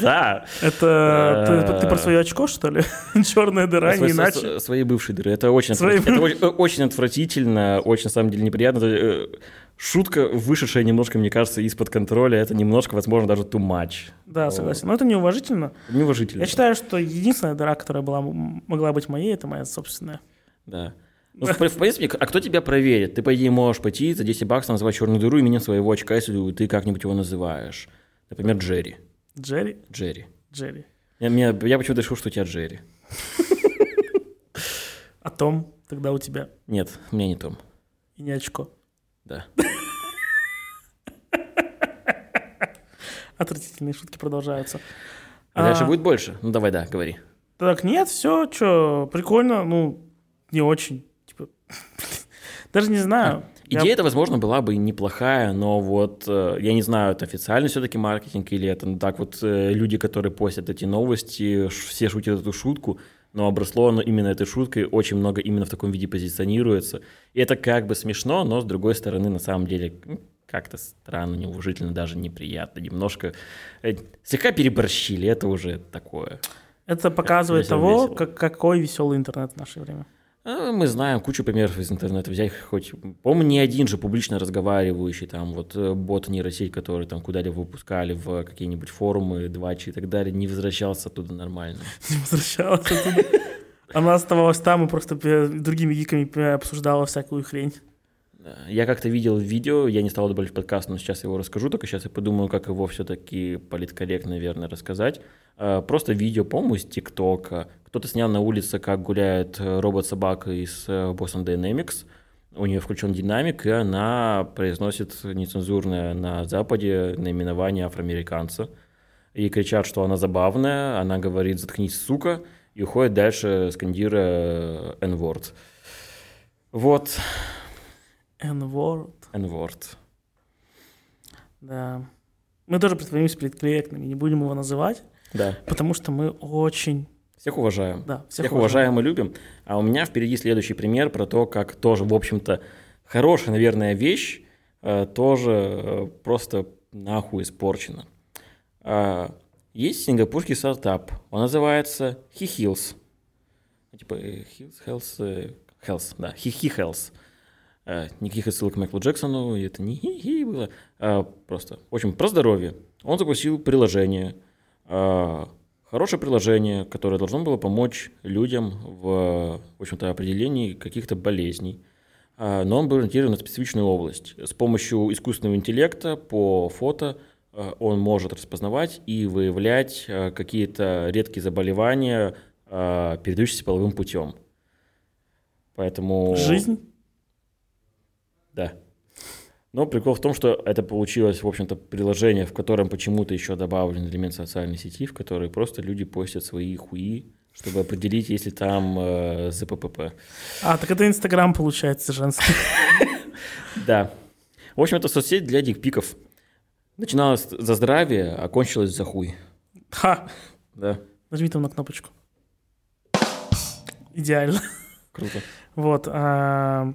Да. Это ты- ты, Э. про свое очко, что ли? Черная дыра, не Своей- иначе. со- Своей бывшей дыры. Это очень, Своей отвратительно. это очень, очень отвратительно, очень, на самом деле, неприятно. То есть, э, Шутка, вышедшая немножко, мне кажется, из-под контроля, это немножко, возможно, даже too much. Да, согласен. Но это неуважительно. Неуважительно. Я считаю, что единственная дыра, которая была, м- могла быть моей, это моя собственная. Да. Ну, в, в принципе, а кто тебя проверит? Ты, по идее, можешь пойти за 10 баксов назвать черную дыру именем своего очка, если ты как-нибудь его называешь. Например, Джерри. Джерри, Джерри. Джерри. Я, меня- я почему-то решил, что у тебя Джерри. О том, тогда у тебя Нет, у меня не Том. и не очко. Да. Отвратительные шутки продолжаются. А дальше А. будет больше? Ну, давай, да, говори. Так, нет, все, что, прикольно, ну, не очень. Типа, даже не знаю. Я- А, Идея это, возможно, была бы и неплохая, но вот э, я не знаю, это официально все-таки маркетинг или это ну, так вот э, люди, которые постят эти новости, ш- все шутят эту шутку, но обросло оно именно этой шуткой, очень много именно в таком виде позиционируется. И это как бы смешно, но с другой стороны, на самом деле, м, как-то странно, неуважительно, даже неприятно. Немножко э, слегка переборщили, это уже такое. Это показывает весело, того, весело. как, какой веселый интернет в наше время. А, Мы знаем кучу примеров из интернета взять хоть, по-моему, не один же публично разговаривающий там вот э, бот нейросеть, который там куда-либо выпускали в какие-нибудь форумы, двачи и так далее, не возвращался оттуда нормально. Не возвращалась оттуда. Она оставалась там и просто э, другими гиками э, обсуждала всякую хрень. Да. Я как-то видел видео, я не стал добавлять в подкаст, но сейчас его расскажу, только сейчас я подумаю, как его все-таки политкорректно, верно рассказать. Э, Просто видео, по-моему, из ТикТока. Кто-то снял на улице, как гуляет э, робот-собака из э, Boston Dynamics. У нее включен динамик, и она произносит нецензурное на Западе наименование афроамериканца. И кричат, что она забавная, она говорит «заткнись, сука», и уходит дальше, скандируя э, N-word. Вот N-word. N-word. Да. Мы тоже притворимся перед корректными, не будем его называть, Да. потому что мы очень... Всех уважаем. Да, Всех, уважаем и любим. А у меня впереди следующий пример про то, как тоже, в общем-то, хорошая, наверное, вещь э, тоже э, просто нахуй испорчена. А, есть сингапурский стартап. Он называется HeHeals. Ну, Типа э, Heals, Health, э, Health, да, HeHe Health. Э, Никаких отсылок к Майклу Джексону, и это не хи-хи было, а просто. В общем, про здоровье. Он запустил приложение, а, Хорошее приложение, которое должно было помочь людям в, в общем-то, определении каких-то болезней. А, Но он был ориентирован на специфичную область. С помощью искусственного интеллекта по фото а, он может распознавать и выявлять а, какие-то редкие заболевания, а, передающиеся половым путем. Поэтому... Жизнь? Да. Но прикол в том, что это получилось, в общем-то, приложение, в котором почему-то еще добавлен элемент социальной сети, в который просто люди постят свои хуи, чтобы определить, есть ли там э, ЗППП. А, так это Инстаграм получается женский. Да. В общем, это соцсеть для дикпиков. Начиналось за здравие, а кончилось за хуй. Ха! Да, Нажми там на кнопочку. Идеально. круто. Вот. а,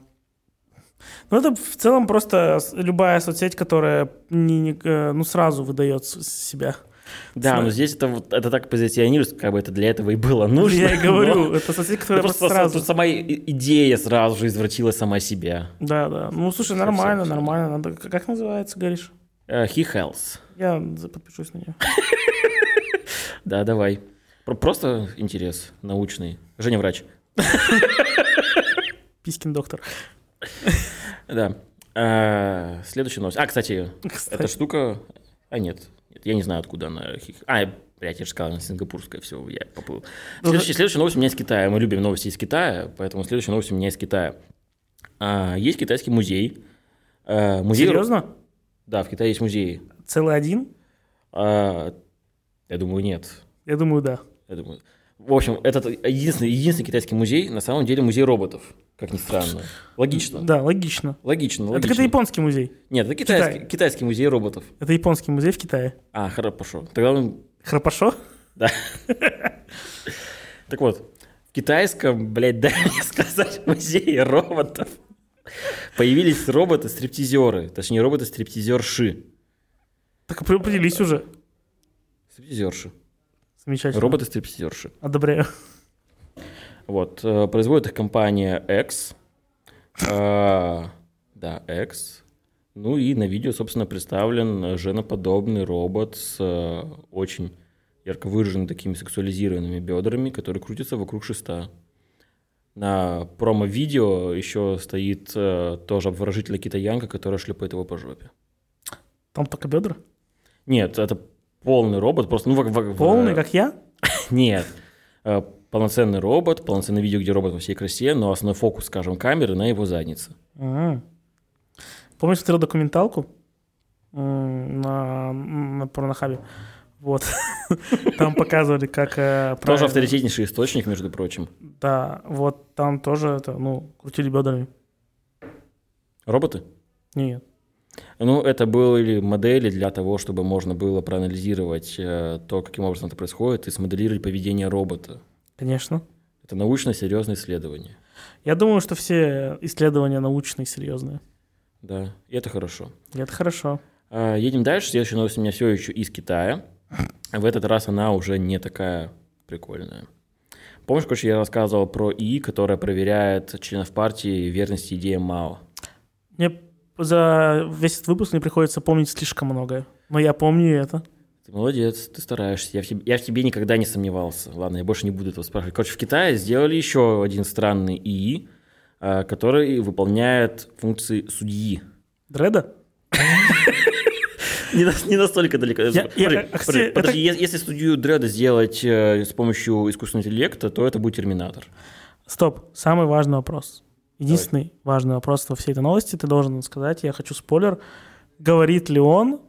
Ну, это в целом просто с- любая соцсеть, которая не, не, э, ну, сразу выдает с- себя. Да, но Смотри. здесь это, вот- это так позиционируется, как бы это для этого и было нужно. Ну, Я и говорю, но- это соцсеть, Да которая ну, просто просто сразу... тут сама и- идея сразу же извратила сама себя. Да, да. Ну, слушай, Совсем, нормально, совсем. нормально. Надо... к- Как называется, говоришь? Э, He Health. Я за- подпишусь на нее. Да, давай. Про- Просто интерес научный. Женя врач. Пискин доктор. Да. А, Следующая новость. А, кстати, Кстати, эта штука... А, нет. Нет, я не знаю, откуда она... хих- А, блядь, я же сказал, она сингапурская, все, я поплыл. Ну, Следующая, следующая новость у меня из Китая. Мы любим новости из Китая, поэтому следующая новость у меня из Китая. А, Есть китайский музей. А, музей... Серьезно? Да, в Китае есть музей. Целый один? А, Я думаю, нет. Я думаю, да. Я думаю. В общем, этот единственный, единственный китайский музей, на самом деле, музей роботов, как ни странно. Логично. Да, логично. Логично, Это, логично. это японский музей. Нет, это китайский, Китай. китайский музей роботов. Это японский музей в Китае. А, хорошо. Тогда он... Храпашо? Так вот, в китайском, блядь, дай мне сказать, музее роботов появились роботы-стриптизеры, точнее, роботы-стриптизерши. Так определись уже. Стриптизерши. Замечательно. Роботы-стриптизерши. Одобряю. Вот, э, производит их компания X. Э, Да, X. Ну и на видео, собственно, представлен э, женоподобный робот с э, очень ярко выраженными такими сексуализированными бедрами, который крутится вокруг шеста. На промо-видео еще стоит э, тоже обворожительная китаянка, которая шлепает его по жопе. Там только бедра. Нет, это полный робот, просто... Ну, во- во- в- Полный, как я. Нет. Э, Полноценный робот, полноценное видео, где робот во всей красе, но основной фокус, скажем, камеры на его заднице. М. А. Помнишь, смотрел документалку М, на, на порнохабе? Вот. Там показывали, как... э, Тоже правильно- авторитетнейший источник, между прочим. Да, вот там тоже это, ну, крутили бедрами. Роботы? Нет. Ну, это были модели для того, чтобы можно было проанализировать э, то, каким образом это происходит, и смоделировать поведение робота. Конечно. Это научно серьезное исследование. Я думаю, что все исследования научные, серьезные. Да, и это хорошо. И Это хорошо. А, Едем дальше. Следующая новость у меня все еще из Китая. В этот раз она уже не такая прикольная. Помнишь, короче, я рассказывал про ИИ, которая проверяет членов партии верность идеям Мао? Мне за весь этот выпуск мне приходится помнить слишком многое. Но я помню это. Ты молодец, ты стараешься. Я в, тебе, я в тебе никогда не сомневался. Ладно, я больше не буду этого спрашивать. Короче, в Китае сделали еще один странный ИИ, а, который выполняет функции судьи. Дреда? Не, на- не настолько далеко. Я- Смотри, я- подожди, а, кстати, это- подожди, е- если студию Дреда сделать э, с помощью искусственного интеллекта, то это будет Терминатор. Стоп, самый важный вопрос. Единственный важный вопрос во всей этой новости, ты должен сказать, я хочу спойлер, говорит ли он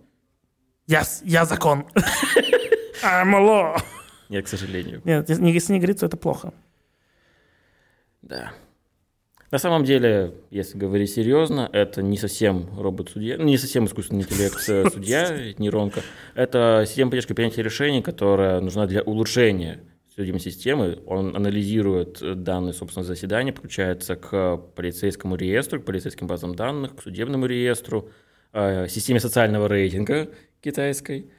«Я, с- я закон». I'm law. Я, к сожалению. Нет, если не- если не говорит, то это плохо. Да. На самом деле, если говорить серьезно, это не совсем робот-судья, ну, не совсем искусственный интеллект э, судья, нейронка. Это система поддержки принятия решений, которая нужна для улучшения судебной системы. Он анализирует э, данные, собственно, заседания, подключается к полицейскому реестру, к полицейским базам данных, к судебному реестру, э, системе социального рейтинга китайской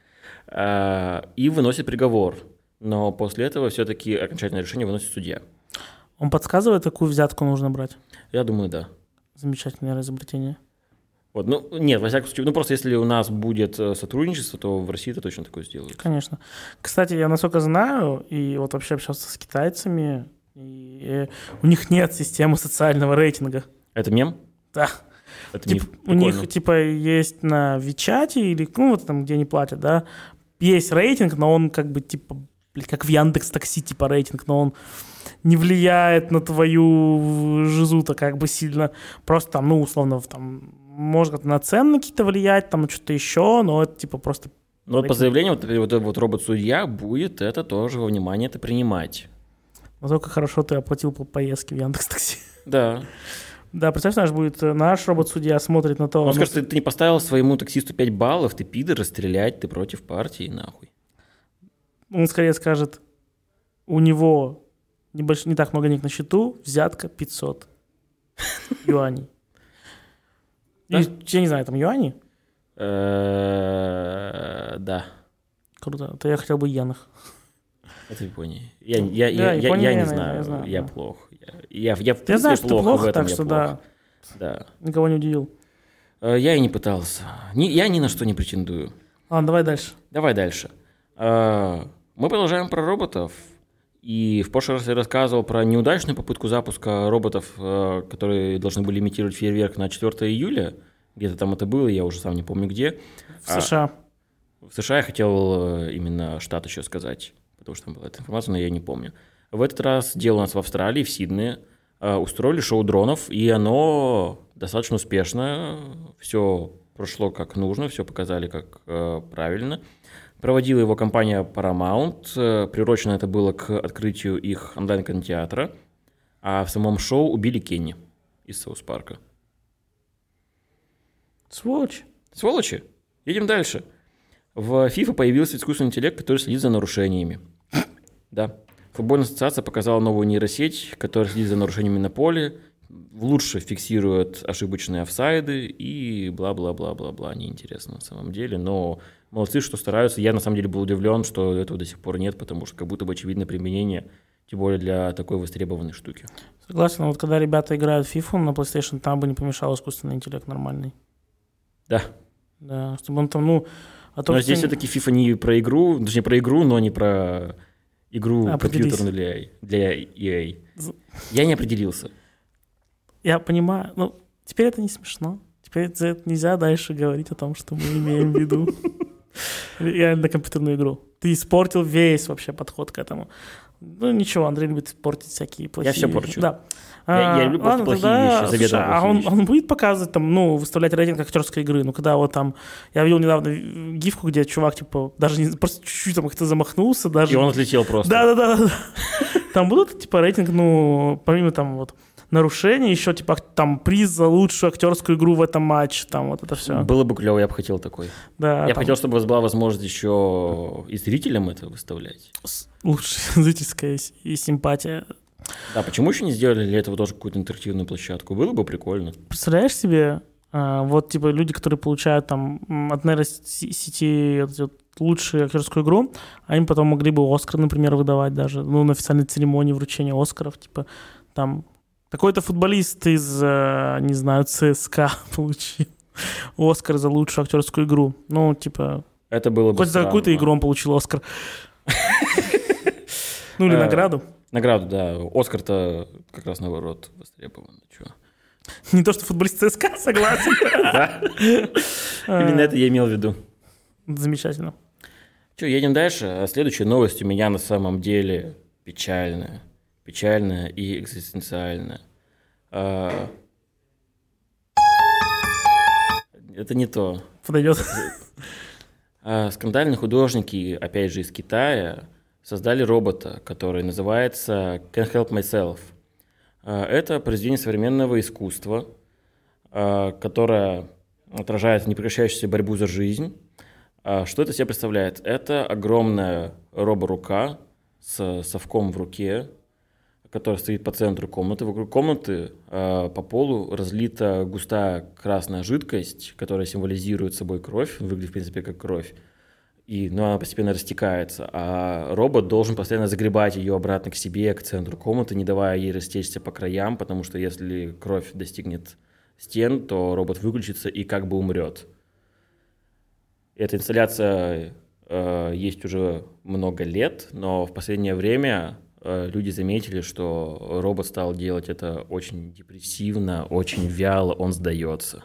э, и выносит приговор. Но после этого все-таки окончательное решение выносит судья. Он подсказывает, какую взятку нужно брать. Я думаю, да. Замечательное изобретение. Вот, ну, нет, во всяком случае, ну, просто если у нас будет э, сотрудничество, то в России это точно такое сделают. Конечно. Кстати, я насколько знаю, и вот вообще общался с китайцами, и э, у них нет системы социального рейтинга. Это мем? Да. Это Тип- миф. у Прикольно. Ну, них типа есть на Вичате или ну вот там где они платят, да, есть рейтинг, но он как бы типа блин, как в Яндекс Такси типа рейтинг, но он не влияет на твою жизу-то как бы сильно. Просто там, ну, условно, в- там, может на цены какие-то влиять, там, на что-то еще, но это типа просто... Ну, вот по заявлению, вот, вот, этот вот робот-судья будет это тоже во внимание это принимать. Насколько хорошо ты оплатил по поездке в Яндекс Такси. Да. Да, представь, наш будет э, наш робот-судья смотрит на то... Он ну, скажет, ты, ты не поставил своему таксисту 5 баллов, ты пидор, расстрелять, ты против партии, нахуй. он скорее скажет, у него не, больш- не так много денег на счету, взятка 500 юаней. Да? И, Я не знаю, там юани? Э, Да. Круто. То я хотел бы иенах. Это Япония. Я, я, Да, я, я, Япония, я не я знаю, знаю, я да. плох. Я, я, я в Я принципе знаю, что плох, в плохо, этом так я что плох. да, Да. никого не удивил. Э, Я и не пытался. Ни- я ни на что не претендую. Ладно, давай дальше. Давай дальше. Э, Мы продолжаем про роботов. И в прошлый раз я рассказывал про неудачную попытку запуска роботов, э, которые должны были имитировать фейерверк на 4 июля. Где-то там это было, я уже сам не помню где. В А. США. В США я хотел э, именно штат еще сказать, потому что там была эта информация, но я не помню. В этот раз дело у нас в Австралии, в Сиднее. Э, Устроили шоу дронов, и оно достаточно успешно. Все прошло как нужно, все показали как э, правильно. Проводила его компания Paramount. Э, Приурочено это было к открытию их онлайн-кинотеатра. А в самом шоу убили Кенни из Саус Парка. Сволочь. Сволочи. Едем дальше. В FIFA появился искусственный интеллект, который следит за нарушениями. Да. Футбольная ассоциация показала новую нейросеть, которая следит за нарушениями на поле, лучше фиксирует ошибочные офсайды и бла-бла-бла-бла-бла. Неинтересно на самом деле, но молодцы, что стараются. Я на самом деле был удивлен, что этого до сих пор нет, потому что как будто бы очевидное применение, тем более для такой востребованной штуки. Согласен, вот когда ребята играют в FIFA на PlayStation, там бы не помешал искусственный интеллект нормальный. Да. Да, чтобы он там, ну... А то, но что здесь они- все-таки FIFA не про игру, точнее про игру, но не про игру А, Определись. компьютерную для, AI для EA. З- Я не определился. Я понимаю, ну, теперь это не смешно. Теперь за это нельзя дальше говорить о том, что мы имеем в виду. Реально компьютерную игру. Ты испортил весь вообще подход к этому. Ну ничего, Андрей любит портить всякие плохие всё вещи. порчу. Да. Я- я А, люблю просто ладно, плохие тогда, вещи, заведомо слушай, а плохие он, вещи. он будет показывать там, ну, выставлять рейтинг актерской игры. Ну, когда вот там. Я видел недавно гифку, где чувак, типа, даже не, просто чуть-чуть там как-то замахнулся, даже. И он отлетел просто. Да, да, да, да. Там будут, типа, рейтинг, ну, помимо там вот нарушений, еще, типа, ак- там приз за лучшую актерскую игру в этом матче, там вот это все. Было бы клево, я бы хотел такой. Да, я А там хотел, чтобы у вас была возможность еще и зрителям это выставлять. с- лучшая зрительская с- и симпатия. Да, почему еще не сделали для этого тоже какую-то интерактивную площадку? Было бы прикольно. Представляешь себе, А, Вот, типа, люди, которые получают там м, от нейросети вот эти вот лучшую актерскую игру, а им потом могли бы Оскар, например, выдавать даже, ну, на официальной церемонии вручения Оскаров, типа, там, такой-то футболист из, э, не знаю, ЦСКА получил Оскар за лучшую актерскую игру. Ну, типа, Это было бы хоть за какую-то странно. игру он получил Оскар. Ну, или Э, награду. Награду, да. Оскар-то как раз наоборот востребован. Чё? Не то, что футболист ЦСКА, согласен. Э, Да? Именно это я имел в виду. Замечательно. Че, едем дальше. А Следующая новость у меня на самом деле печальная. Печальная и экзистенциальная. А, Это не то. Подойдет. А, Скандальные художники, опять же, из Китая, создали робота, который называется Can Help Myself. А, Это произведение современного искусства, а, которое отражает непрекращающуюся борьбу за жизнь. А, Что это себе представляет? Это огромная роборука с совком в руке, которая стоит по центру комнаты. Вокруг комнаты э, по полу разлита густая красная жидкость, которая символизирует собой кровь, выглядит, в принципе, как кровь. И, ну, она постепенно растекается, а робот должен постоянно загребать ее обратно к себе, к центру комнаты, не давая ей растечься по краям, потому что если кровь достигнет стен, то робот выключится и как бы умрет. Эта инсталляция э, есть уже много лет, но в последнее время э, люди заметили, что робот стал делать это очень депрессивно, очень вяло, он сдается.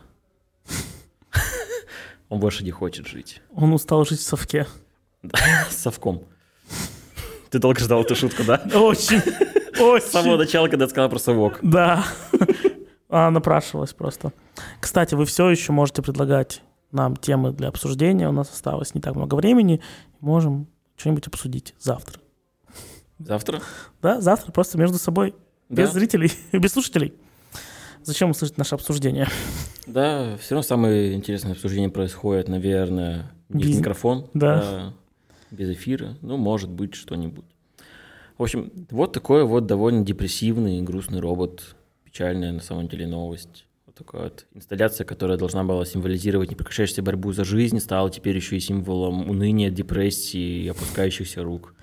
Он больше не хочет жить. Он устал жить в совке. С совком. Ты долго ждал эту шутку, да? Очень. С самого Очень. начала, когда ты сказал про совок. Да. Она напрашивалась просто. Кстати, вы все еще можете предлагать нам темы для обсуждения. У нас осталось не так много времени. Можем что-нибудь обсудить завтра. Завтра? Да, завтра просто между собой. Да. Без зрителей, без слушателей. Зачем услышать наше обсуждение? Да, все равно самое интересное обсуждение происходит, наверное, без Без- микрофон, да. без эфира, ну, может быть, что-нибудь. В общем, вот такой вот довольно депрессивный и грустный робот, печальная на самом деле новость. Вот такая вот инсталляция, которая должна была символизировать непрекращающуюся борьбу за жизнь, стала теперь еще и символом уныния, депрессии и опускающихся рук.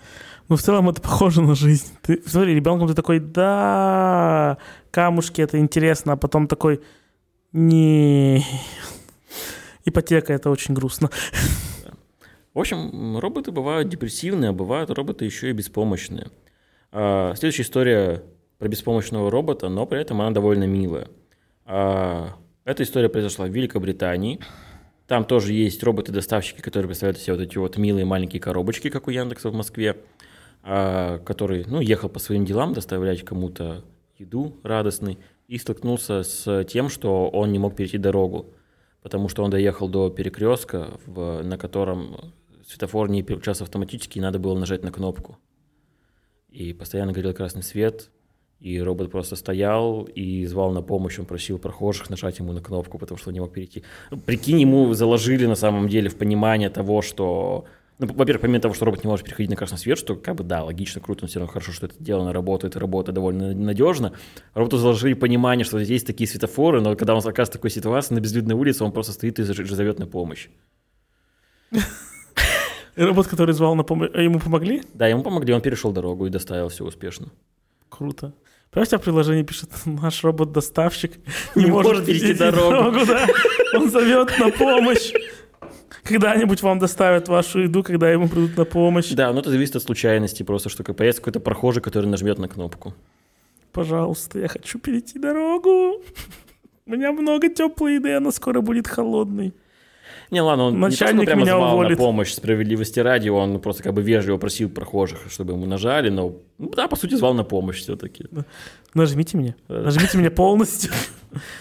Ну, в целом это похоже на жизнь. Ты, смотри, ребенком ты такой, да, камушки, это интересно, а потом такой, не ипотека, это очень грустно. В общем, роботы бывают депрессивные, а бывают роботы еще и беспомощные. А, Следующая история про беспомощного робота, но при этом она довольно милая. А, Эта история произошла в Великобритании. Там тоже есть роботы-доставщики, которые представляют из себя вот эти вот милые маленькие коробочки, как у Яндекса в Москве, а, который, ну, ехал по своим делам доставлять кому-то еду радостный и столкнулся с тем, что он не мог перейти дорогу, потому что он доехал до перекрестка, в- на котором светофор не переключался автоматически, и надо было нажать на кнопку. И постоянно горел красный свет, и робот просто стоял и звал на помощь, он просил прохожих нажать ему на кнопку, потому что он не мог перейти. Ну, Прикинь, ему заложили на самом деле в понимание того, что... Ну, во-первых, помимо того, что робот не может переходить на красный свет, что как бы да, логично, круто, но все равно хорошо, что это делано, работает, и работает довольно надежно. Роботу заложили понимание, что здесь такие светофоры, но когда он оказывается в такой ситуации на безлюдной улице, он просто стоит и заж- зовет на помощь. И робот, который звал на помощь, а ему помогли? Да, ему помогли, он перешел дорогу и доставил все успешно. Круто. Понимаешь, у тебя в приложении пишет, наш робот-доставщик Не может перейти дорогу. да. Он зовет на помощь. Когда-нибудь вам доставят вашу еду, когда ему придут на помощь. Да, но это зависит от случайности, просто что как- появится какой-то прохожий, который нажмет на кнопку. Пожалуйста, я хочу перейти дорогу. У меня много теплой еды, она скоро будет холодной. Не, ладно, он не Начальник то, что прямо меня звал уволит. на помощь справедливости ради, он просто как бы вежливо просил прохожих, чтобы ему нажали, но ну, да, по сути, звал на помощь все-таки. Нажмите меня. Да. Нажмите меня полностью.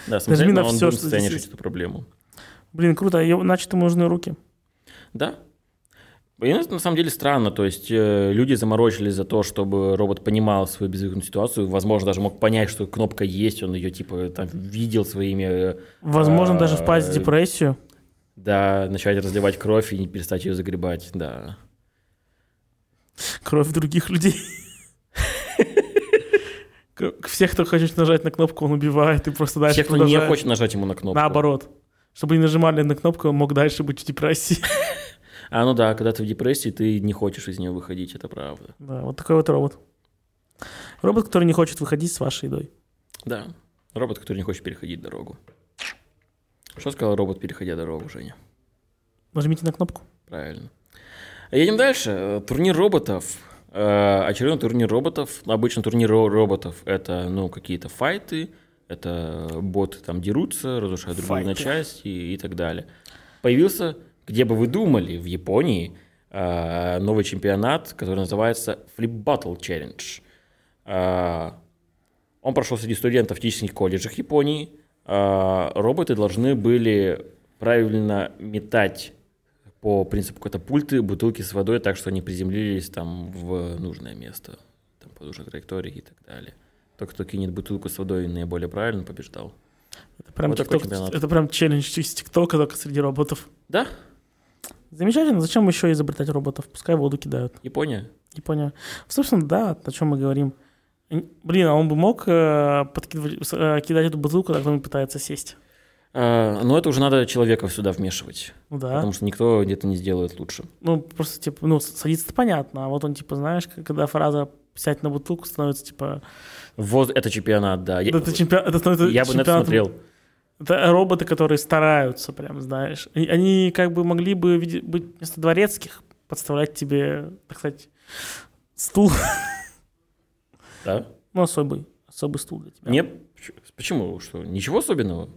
Да, смотрели, на но он всё, был в что состоянии здесь решить эту проблему. Блин, круто, е- начаты нужны руки. Да. И ну, это на самом деле странно, то есть э, люди заморочились за то, чтобы робот понимал свою безвыходную ситуацию, возможно, даже мог понять, что кнопка есть, он ее типа там видел своими, э, Возможно, даже впасть в Э, депрессию. да, начать разливать кровь и не перестать ее загребать, да. Кровь других людей. Всех, кто хочет нажать на кнопку, он убивает, и просто дальше Те, кто не продолжает. хочет нажать ему на кнопку. Наоборот. Чтобы не нажимали на кнопку, он мог дальше быть в депрессии. А, ну да, когда ты в депрессии, ты не хочешь из нее выходить, это правда. Да, вот такой вот робот. Робот, который не хочет выходить с вашей едой. Да. Робот, который не хочет переходить дорогу. Что сказал робот, переходя дорогу, Женя? Нажмите на кнопку. Правильно. Едем дальше. Э, Турнир роботов. Э, Очередной турнир роботов. Обычно турнир ро- роботов это, ну, какие-то файты, это боты там дерутся, разрушают друг друга на Файты. части и, и так далее. Появился, где бы вы думали, в Японии э, новый чемпионат, который называется Flip Battle Challenge. Э, Он прошел среди студентов в технических колледжах Японии. Э, Роботы должны были правильно метать по принципу катапульты бутылки с водой так, что они приземлились там в нужное место, там по нужной траектории и так далее. Тот, кто кинет бутылку с водой наиболее правильно, побеждал. Это прям, Вот такой TikTok- чемпионат. это прям челлендж из ТикТока только среди роботов. Да, Замечательно, зачем еще изобретать роботов? Пускай воду кидают. Япония. Не понял. Собственно, да, о чем мы говорим. Н- Блин, а он бы мог э, подкидывать, с- э, кидать эту бутылку, когда он пытается сесть. А, но это уже надо человека сюда вмешивать, Ну да. потому что никто где-то не сделает лучше. Ну, просто, типа, ну, с- садиться-то понятно. А вот он, типа, знаешь, к- когда фраза «сядь на бутылку» становится, типа... Вот это чемпионат, да. Я, это чемпион- это становится я бы на это чемпионатом. смотрел. Это роботы, которые стараются, прям, знаешь. И они как бы могли бы види- быть вместо дворецких подставлять тебе, так сказать, стул. Да? Ну, особый. Особый стул для тебя. Нет? Почему? Что? Ничего особенного?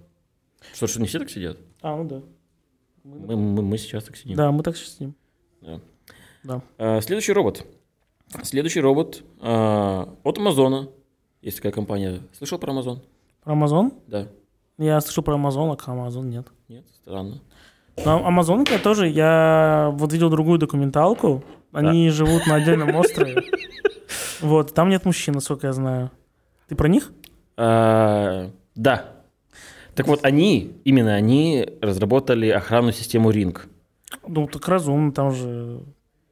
Что, что не все так сидят? А, ну да. Мы, мы- мы сейчас так сидим. Да, мы так сейчас с ним. Да. Да. А, Следующий робот. Следующий робот а, от Амазона. Есть такая компания. Слышал про Амазон? Про Амазон? Да. Я слышал про Амазон, а Амазон нет. Нет? Странно. Но Амазонка тоже, я вот видел другую документалку. Они живут на отдельном острове. Вот, там нет мужчин, насколько я знаю. Ты про них? А, да. Так вот, они, именно они разработали охранную систему Ринг. Ну, так разумно, там же...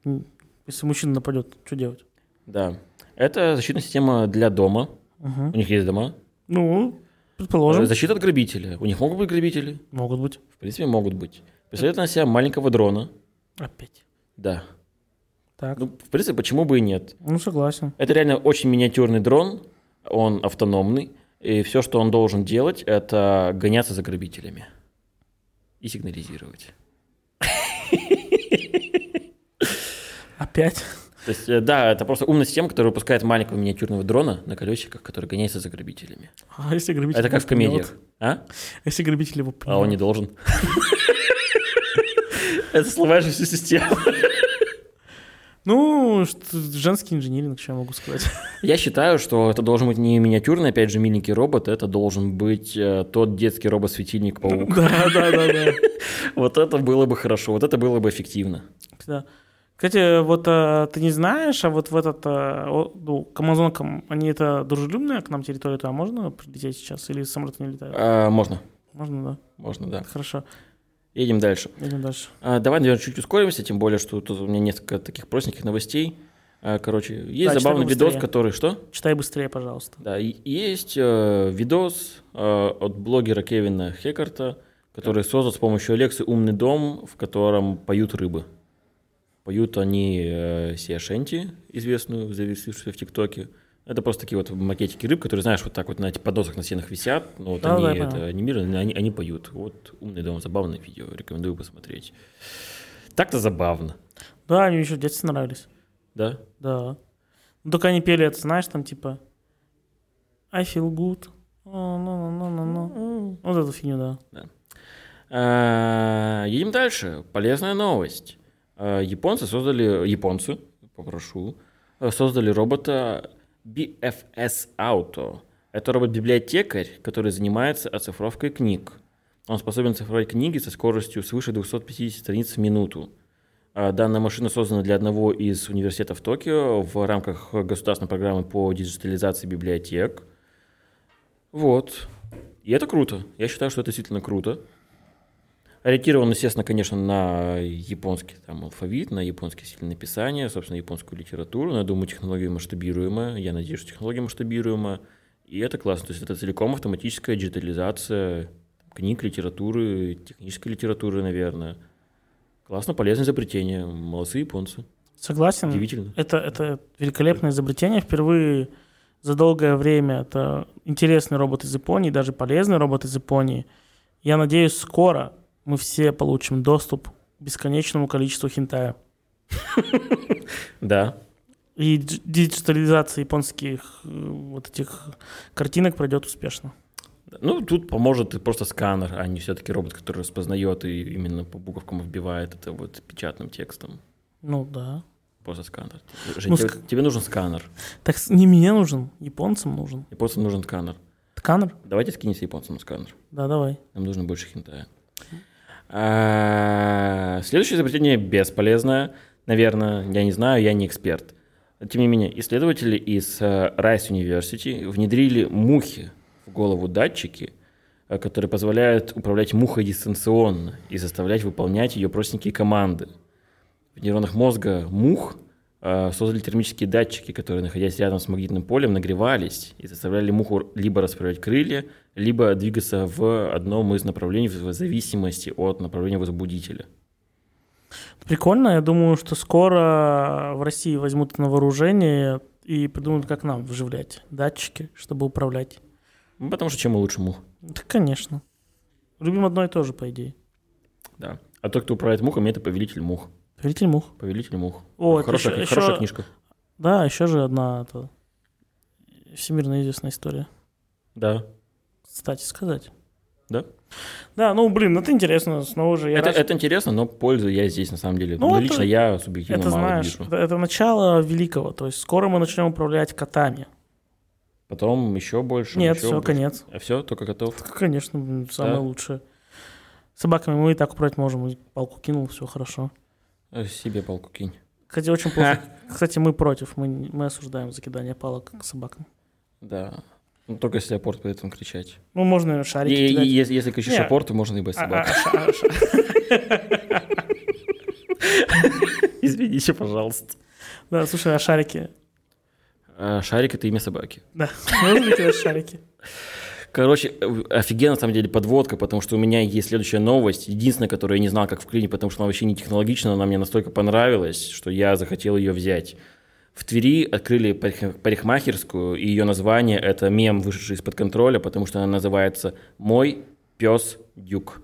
м, Если мужчина нападет, что делать? Да. Это защитная система для дома. Мгм. У них есть дома. Ну, предположим, Э, Защита от грабителя. У них могут быть грабители? могут быть. В принципе, могут быть. Представляет на себя маленького дрона. Опять. Да. Так, Ну, в принципе, почему бы и нет? ну согласен. Это реально очень миниатюрный дрон, он автономный, и все, что он должен делать, это гоняться за грабителями и сигнализировать. Опять. То есть, э, да, это просто умная система, которая выпускает маленького миниатюрного дрона на колесиках, который гоняется за грабителями. А если грабитель Это его как в комедиях. пнёт? А? Если грабитель его А он не пнёт? должен. Это сломаешь всю систему. Ну, что- женский инжиниринг, что я могу сказать. Я считаю, что это должен быть не миниатюрный, опять же, миленький робот, это должен быть э, тот детский робот-светильник-паук. Да, да, да, да. Вот это было бы хорошо, вот это было бы эффективно. Да. Кстати, вот э, ты не знаешь, а вот в этот, э, о- ну, к Амазонкам, они это дружелюбная к нам территория, туда можно прилететь сейчас? Или самолет не летает? А, можно. Можно, Можно, да? да. Хорошо, Едем дальше. идем дальше. А, давай, наверное, чуть ускоримся, тем более, что тут у меня несколько таких простеньких новостей. А, короче, есть Да, забавный читай видос, побыстрее. который что? Читай быстрее, пожалуйста. Да, и- и есть э, видос э, от блогера Кевина Хекарта, который создал с помощью Алексы умный дом, в котором поют рыбы. Поют они э, Сиашенти, известную, зависившуюся в ТикТоке. Это просто такие вот макетики рыб, которые, знаешь, вот так вот на этих подносах на стенах висят. Но вот Да, да, они я понял. это анимированы, они, они поют. Вот умный дом, забавное видео, рекомендую посмотреть. Так-то забавно, Да, они еще в детстве нравились. да? Да. Ну, только они пели это, знаешь, там типа I feel good. О, ну, ну, ну, ну, ну. Вот эту фигню, да. А, Едем дальше. Полезная новость. А, Японцы создали... Японцы, попрошу, э, создали робота BFS Auto. Это робот-библиотекарь, который занимается оцифровкой книг. Он способен цифровать книги со скоростью свыше 250 страниц в минуту. А, Данная машина создана для одного из университетов Токио в рамках государственной программы по диджитализации библиотек. Вот. И это круто. Я считаю, что это действительно круто. Ориентирован, естественно, конечно, на японский там, алфавит, на японские стиль написания, собственно, японскую литературу. Но я думаю, технология масштабируемая. Я надеюсь, что технология масштабируемая. И это классно. То есть это целиком автоматическая диджитализация книг, литературы, технической литературы, наверное. Классно, полезное изобретение. Молодцы японцы. Согласен. Удивительно. Это, это великолепное изобретение. Впервые за долгое время это интересный робот из Японии, даже полезный робот из Японии. Я надеюсь, скоро мы все получим доступ к бесконечному количеству хентая. Да. И дж- диджитализация японских э, вот этих картинок пройдет успешно. Ну, тут поможет и просто сканер, а не все-таки робот, который распознает и именно по буковкам вбивает это вот печатным текстом. Ну да. Просто сканер. Жень, Ну, тебе, ск- тебе нужен сканер. Так с- не мне нужен, японцам нужен. Японцам нужен сканер. Тканер? Давайте скинемся японцам на сканер. Да, давай. Нам нужно больше хентая. А, Следующее изобретение бесполезное, наверное, я не знаю, я не эксперт. Тем не менее, исследователи из э, Rice University внедрили мухи в голову датчики, э, которые позволяют управлять мухой дистанционно и заставлять выполнять ее простенькие команды. В нейронах мозга мух э, создали термические датчики, которые, находясь рядом с магнитным полем, нагревались и заставляли муху либо расправлять крылья, либо двигаться в одном из направлений в зависимости от направления возбудителя. Прикольно, я думаю, что скоро э, в России возьмут это на вооружение и придумают, как нам вживлять датчики, чтобы управлять. Ну, Потому что чем мы лучше мух, Да, конечно. Любим одно и то же, по идее. да. А тот, кто управляет мухами, это повелитель мух. Повелитель мух. Повелитель мух. О, это Ну, хорошая, ещё- хорошая ещё- книжка. Да, еще же одна это, всемирно известная история. Да. Кстати сказать. Да? Да, ну блин, это интересно, снова же я Это, рад, это интересно, но пользу я здесь на самом деле. Ну, Ну, это- лично я что- субъективно это мало знаешь, вижу. это, это начало великого. То есть скоро мы начнем управлять котами. Потом еще больше. Нет, еще все, больше. конец. А все, только готов. Конечно, блин, самое Да. лучшее. Собаками мы и так управлять можем. И Палку кинул, все хорошо. Э, Себе палку кинь. Кстати, очень плохо. Кстати, мы против, мы, не- мы осуждаем закидание палок к собакам. Да. Ну, только если апорт при этом кричать. Ну, можно наверное, И- шарики и- кидать. и если, если кричишь Не. апорт, то можно ебать А, а, собак. а, а, ша- Извините, пожалуйста. Да, слушай, а шарики? А, Шарик — это имя собаки. Да, можно закидать шарики? Короче, э, офигенно, на самом деле, подводка, потому что у меня есть следующая новость. Единственная, которую я не знал, как вклинить, потому что она вообще не технологична, но она мне настолько понравилась, что я захотел ее взять. В Твери открыли парик- парикмахерскую, и ее название — это мем, вышедший из-под контроля, потому что она называется «Мой пес Дюк».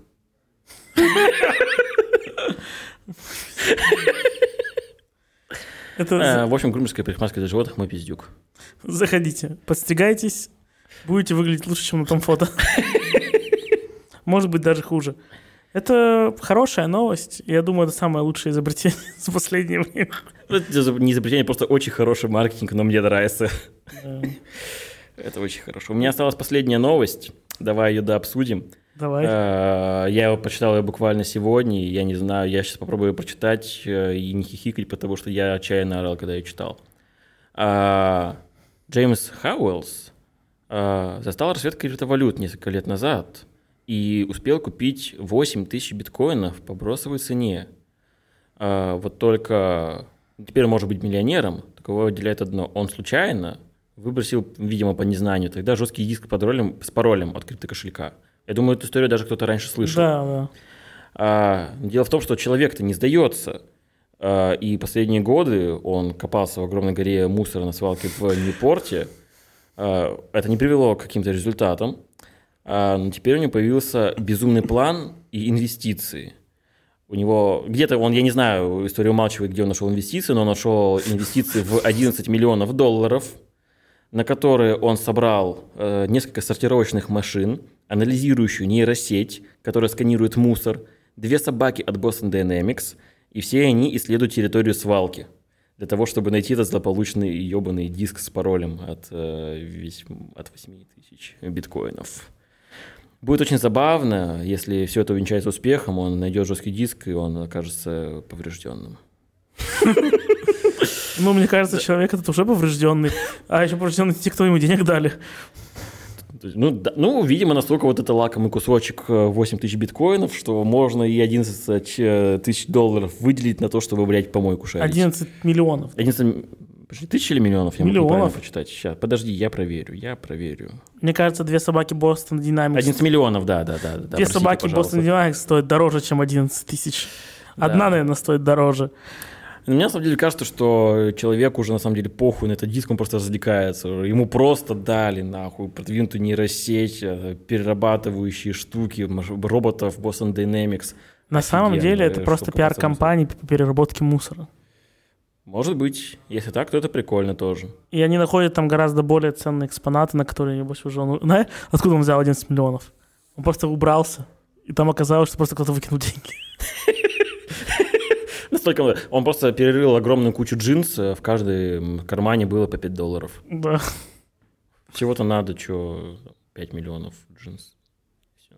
Это А. Э, В общем, грумерская парикмахерская для животных «Мой пес Дюк». за- заходите, подстригайтесь, будете выглядеть лучше, чем на том фото. Может быть, даже хуже. Это хорошая новость. и Я думаю, это самое лучшее изобретение за последнее время. Это не изобретение, просто очень хороший маркетинг, но мне нравится. Да. Это очень хорошо. У меня осталась последняя новость. Давай ее дообсудим. Давай. Э, Я его прочитал ее буквально сегодня. и Я не знаю, я сейчас попробую ее прочитать э, и не хихикать, потому что я отчаянно орал, когда ее читал. А, Джеймс Хауэллс э, застал рассвет криптовалют несколько лет назад и успел купить 8 тысяч биткоинов по бросовой цене. А, Вот только теперь он может быть миллионером, только его отделяет одно. Он случайно выбросил, видимо, по незнанию тогда жесткий диск под ролем, с паролем от криптокошелька. Я думаю, эту историю даже кто-то раньше слышал. Да, да. А, дело в том, что человек-то не сдается. А, и последние годы он копался в огромной горе мусора на свалке в Ньюпорте. А, это не привело к каким-то результатам. А, но теперь у него появился безумный план и инвестиции. У него где-то он, я не знаю, история умалчивает, где он нашел инвестиции, но он нашел инвестиции в 11 миллионов долларов, на которые он собрал э, несколько сортировочных машин, анализирующую нейросеть, которая сканирует мусор, две собаки от Boston Dynamics, и все они исследуют территорию свалки для того, чтобы найти этот злополучный ебаный диск с паролем от, э, весьм- от 8 тысяч биткоинов. Будет очень забавно, если все это увенчается успехом, он найдет жесткий диск, и он окажется поврежденным. Ну, мне кажется, человек этот уже поврежденный. А еще поврежденный те, кто ему денег дали. То есть, Ну, да- ну, видимо, настолько вот это лакомый кусочек э, 8 тысяч биткоинов, что можно и 11 э, тысяч долларов выделить на то, чтобы, блядь, помойку шарить. 11 миллионов. 11 Подожди, тысячи или миллионов? Я Миллионов. могу неправильно прочитать. Сейчас, подожди, я проверю, я проверю. Мне кажется, две собаки Бостон Динамикс. 11 миллионов, да, да, да. да две простите, Ну, собаки пожалуйста. Бостон Динамикс стоят дороже, чем 11 тысяч. Одна, Да. наверное, стоит дороже. Но Мне на самом деле кажется, что человек уже на самом деле похуй на этот диск, он просто развлекается. Ему просто дали нахуй продвинутую нейросеть, э, перерабатывающие штуки, маш- роботов Boston Dynamics. На самом деле это э, просто что касается пиар-компании по переработке мусора. Может быть, если так, то это прикольно тоже. И они находят там гораздо более ценные экспонаты, на которые, небось, уже он... Знаешь, откуда он взял 11 миллионов? Он просто убрался. И там оказалось, что просто кто-то выкинул деньги. Настолько много. он просто перерыл огромную кучу джинс, э, в каждом кармане было по 5 долларов. Да. Всего-то надо, что 5 миллионов джинс. Всё.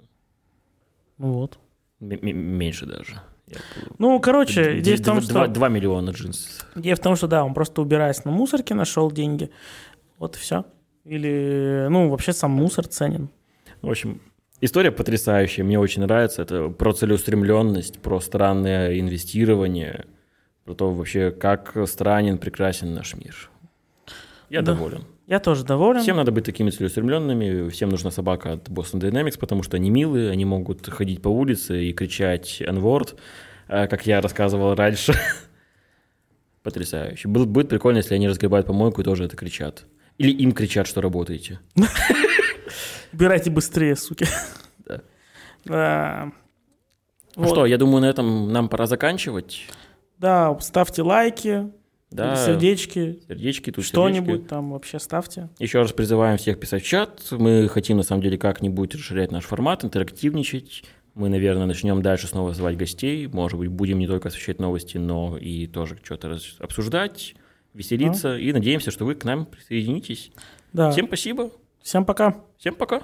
Ну вот. М- м- Меньше даже. Я- Ну, короче, Д- идея в том, д- два- что... два миллиона джинс. Идея в том, что да, он просто убираясь на мусорке, нашел деньги. Вот и все. Или, ну, вообще сам мусор ценен. В общем, история потрясающая, мне очень нравится. Это про целеустремленность, про странное инвестирование, про то вообще, как странен, прекрасен наш мир. Я Да. доволен. Я тоже доволен. Всем надо быть такими целеустремленными, всем нужна собака от Boston Dynamics, потому что они милые, они могут ходить по улице и кричать N-word, э, как я рассказывал раньше. Потрясающе. Был- Будет прикольно, если они разгребают помойку и тоже это кричат. Или им кричат, что работаете. Убирайте быстрее, суки. Да. Да. Ну Вот. что, я думаю, на этом нам пора заканчивать. Да, ставьте лайки, Да, сердечки, сердечки, тут что-нибудь там вообще ставьте. Еще раз призываем всех писать в чат. Мы хотим, на самом деле, как-нибудь расширять наш формат, интерактивничать. Мы, наверное, начнем дальше снова звать гостей. Может быть, будем не только освещать новости, но и тоже что-то раз- обсуждать, веселиться. И надеемся, что вы к нам присоединитесь. Да. Всем спасибо. Всем пока. Всем пока.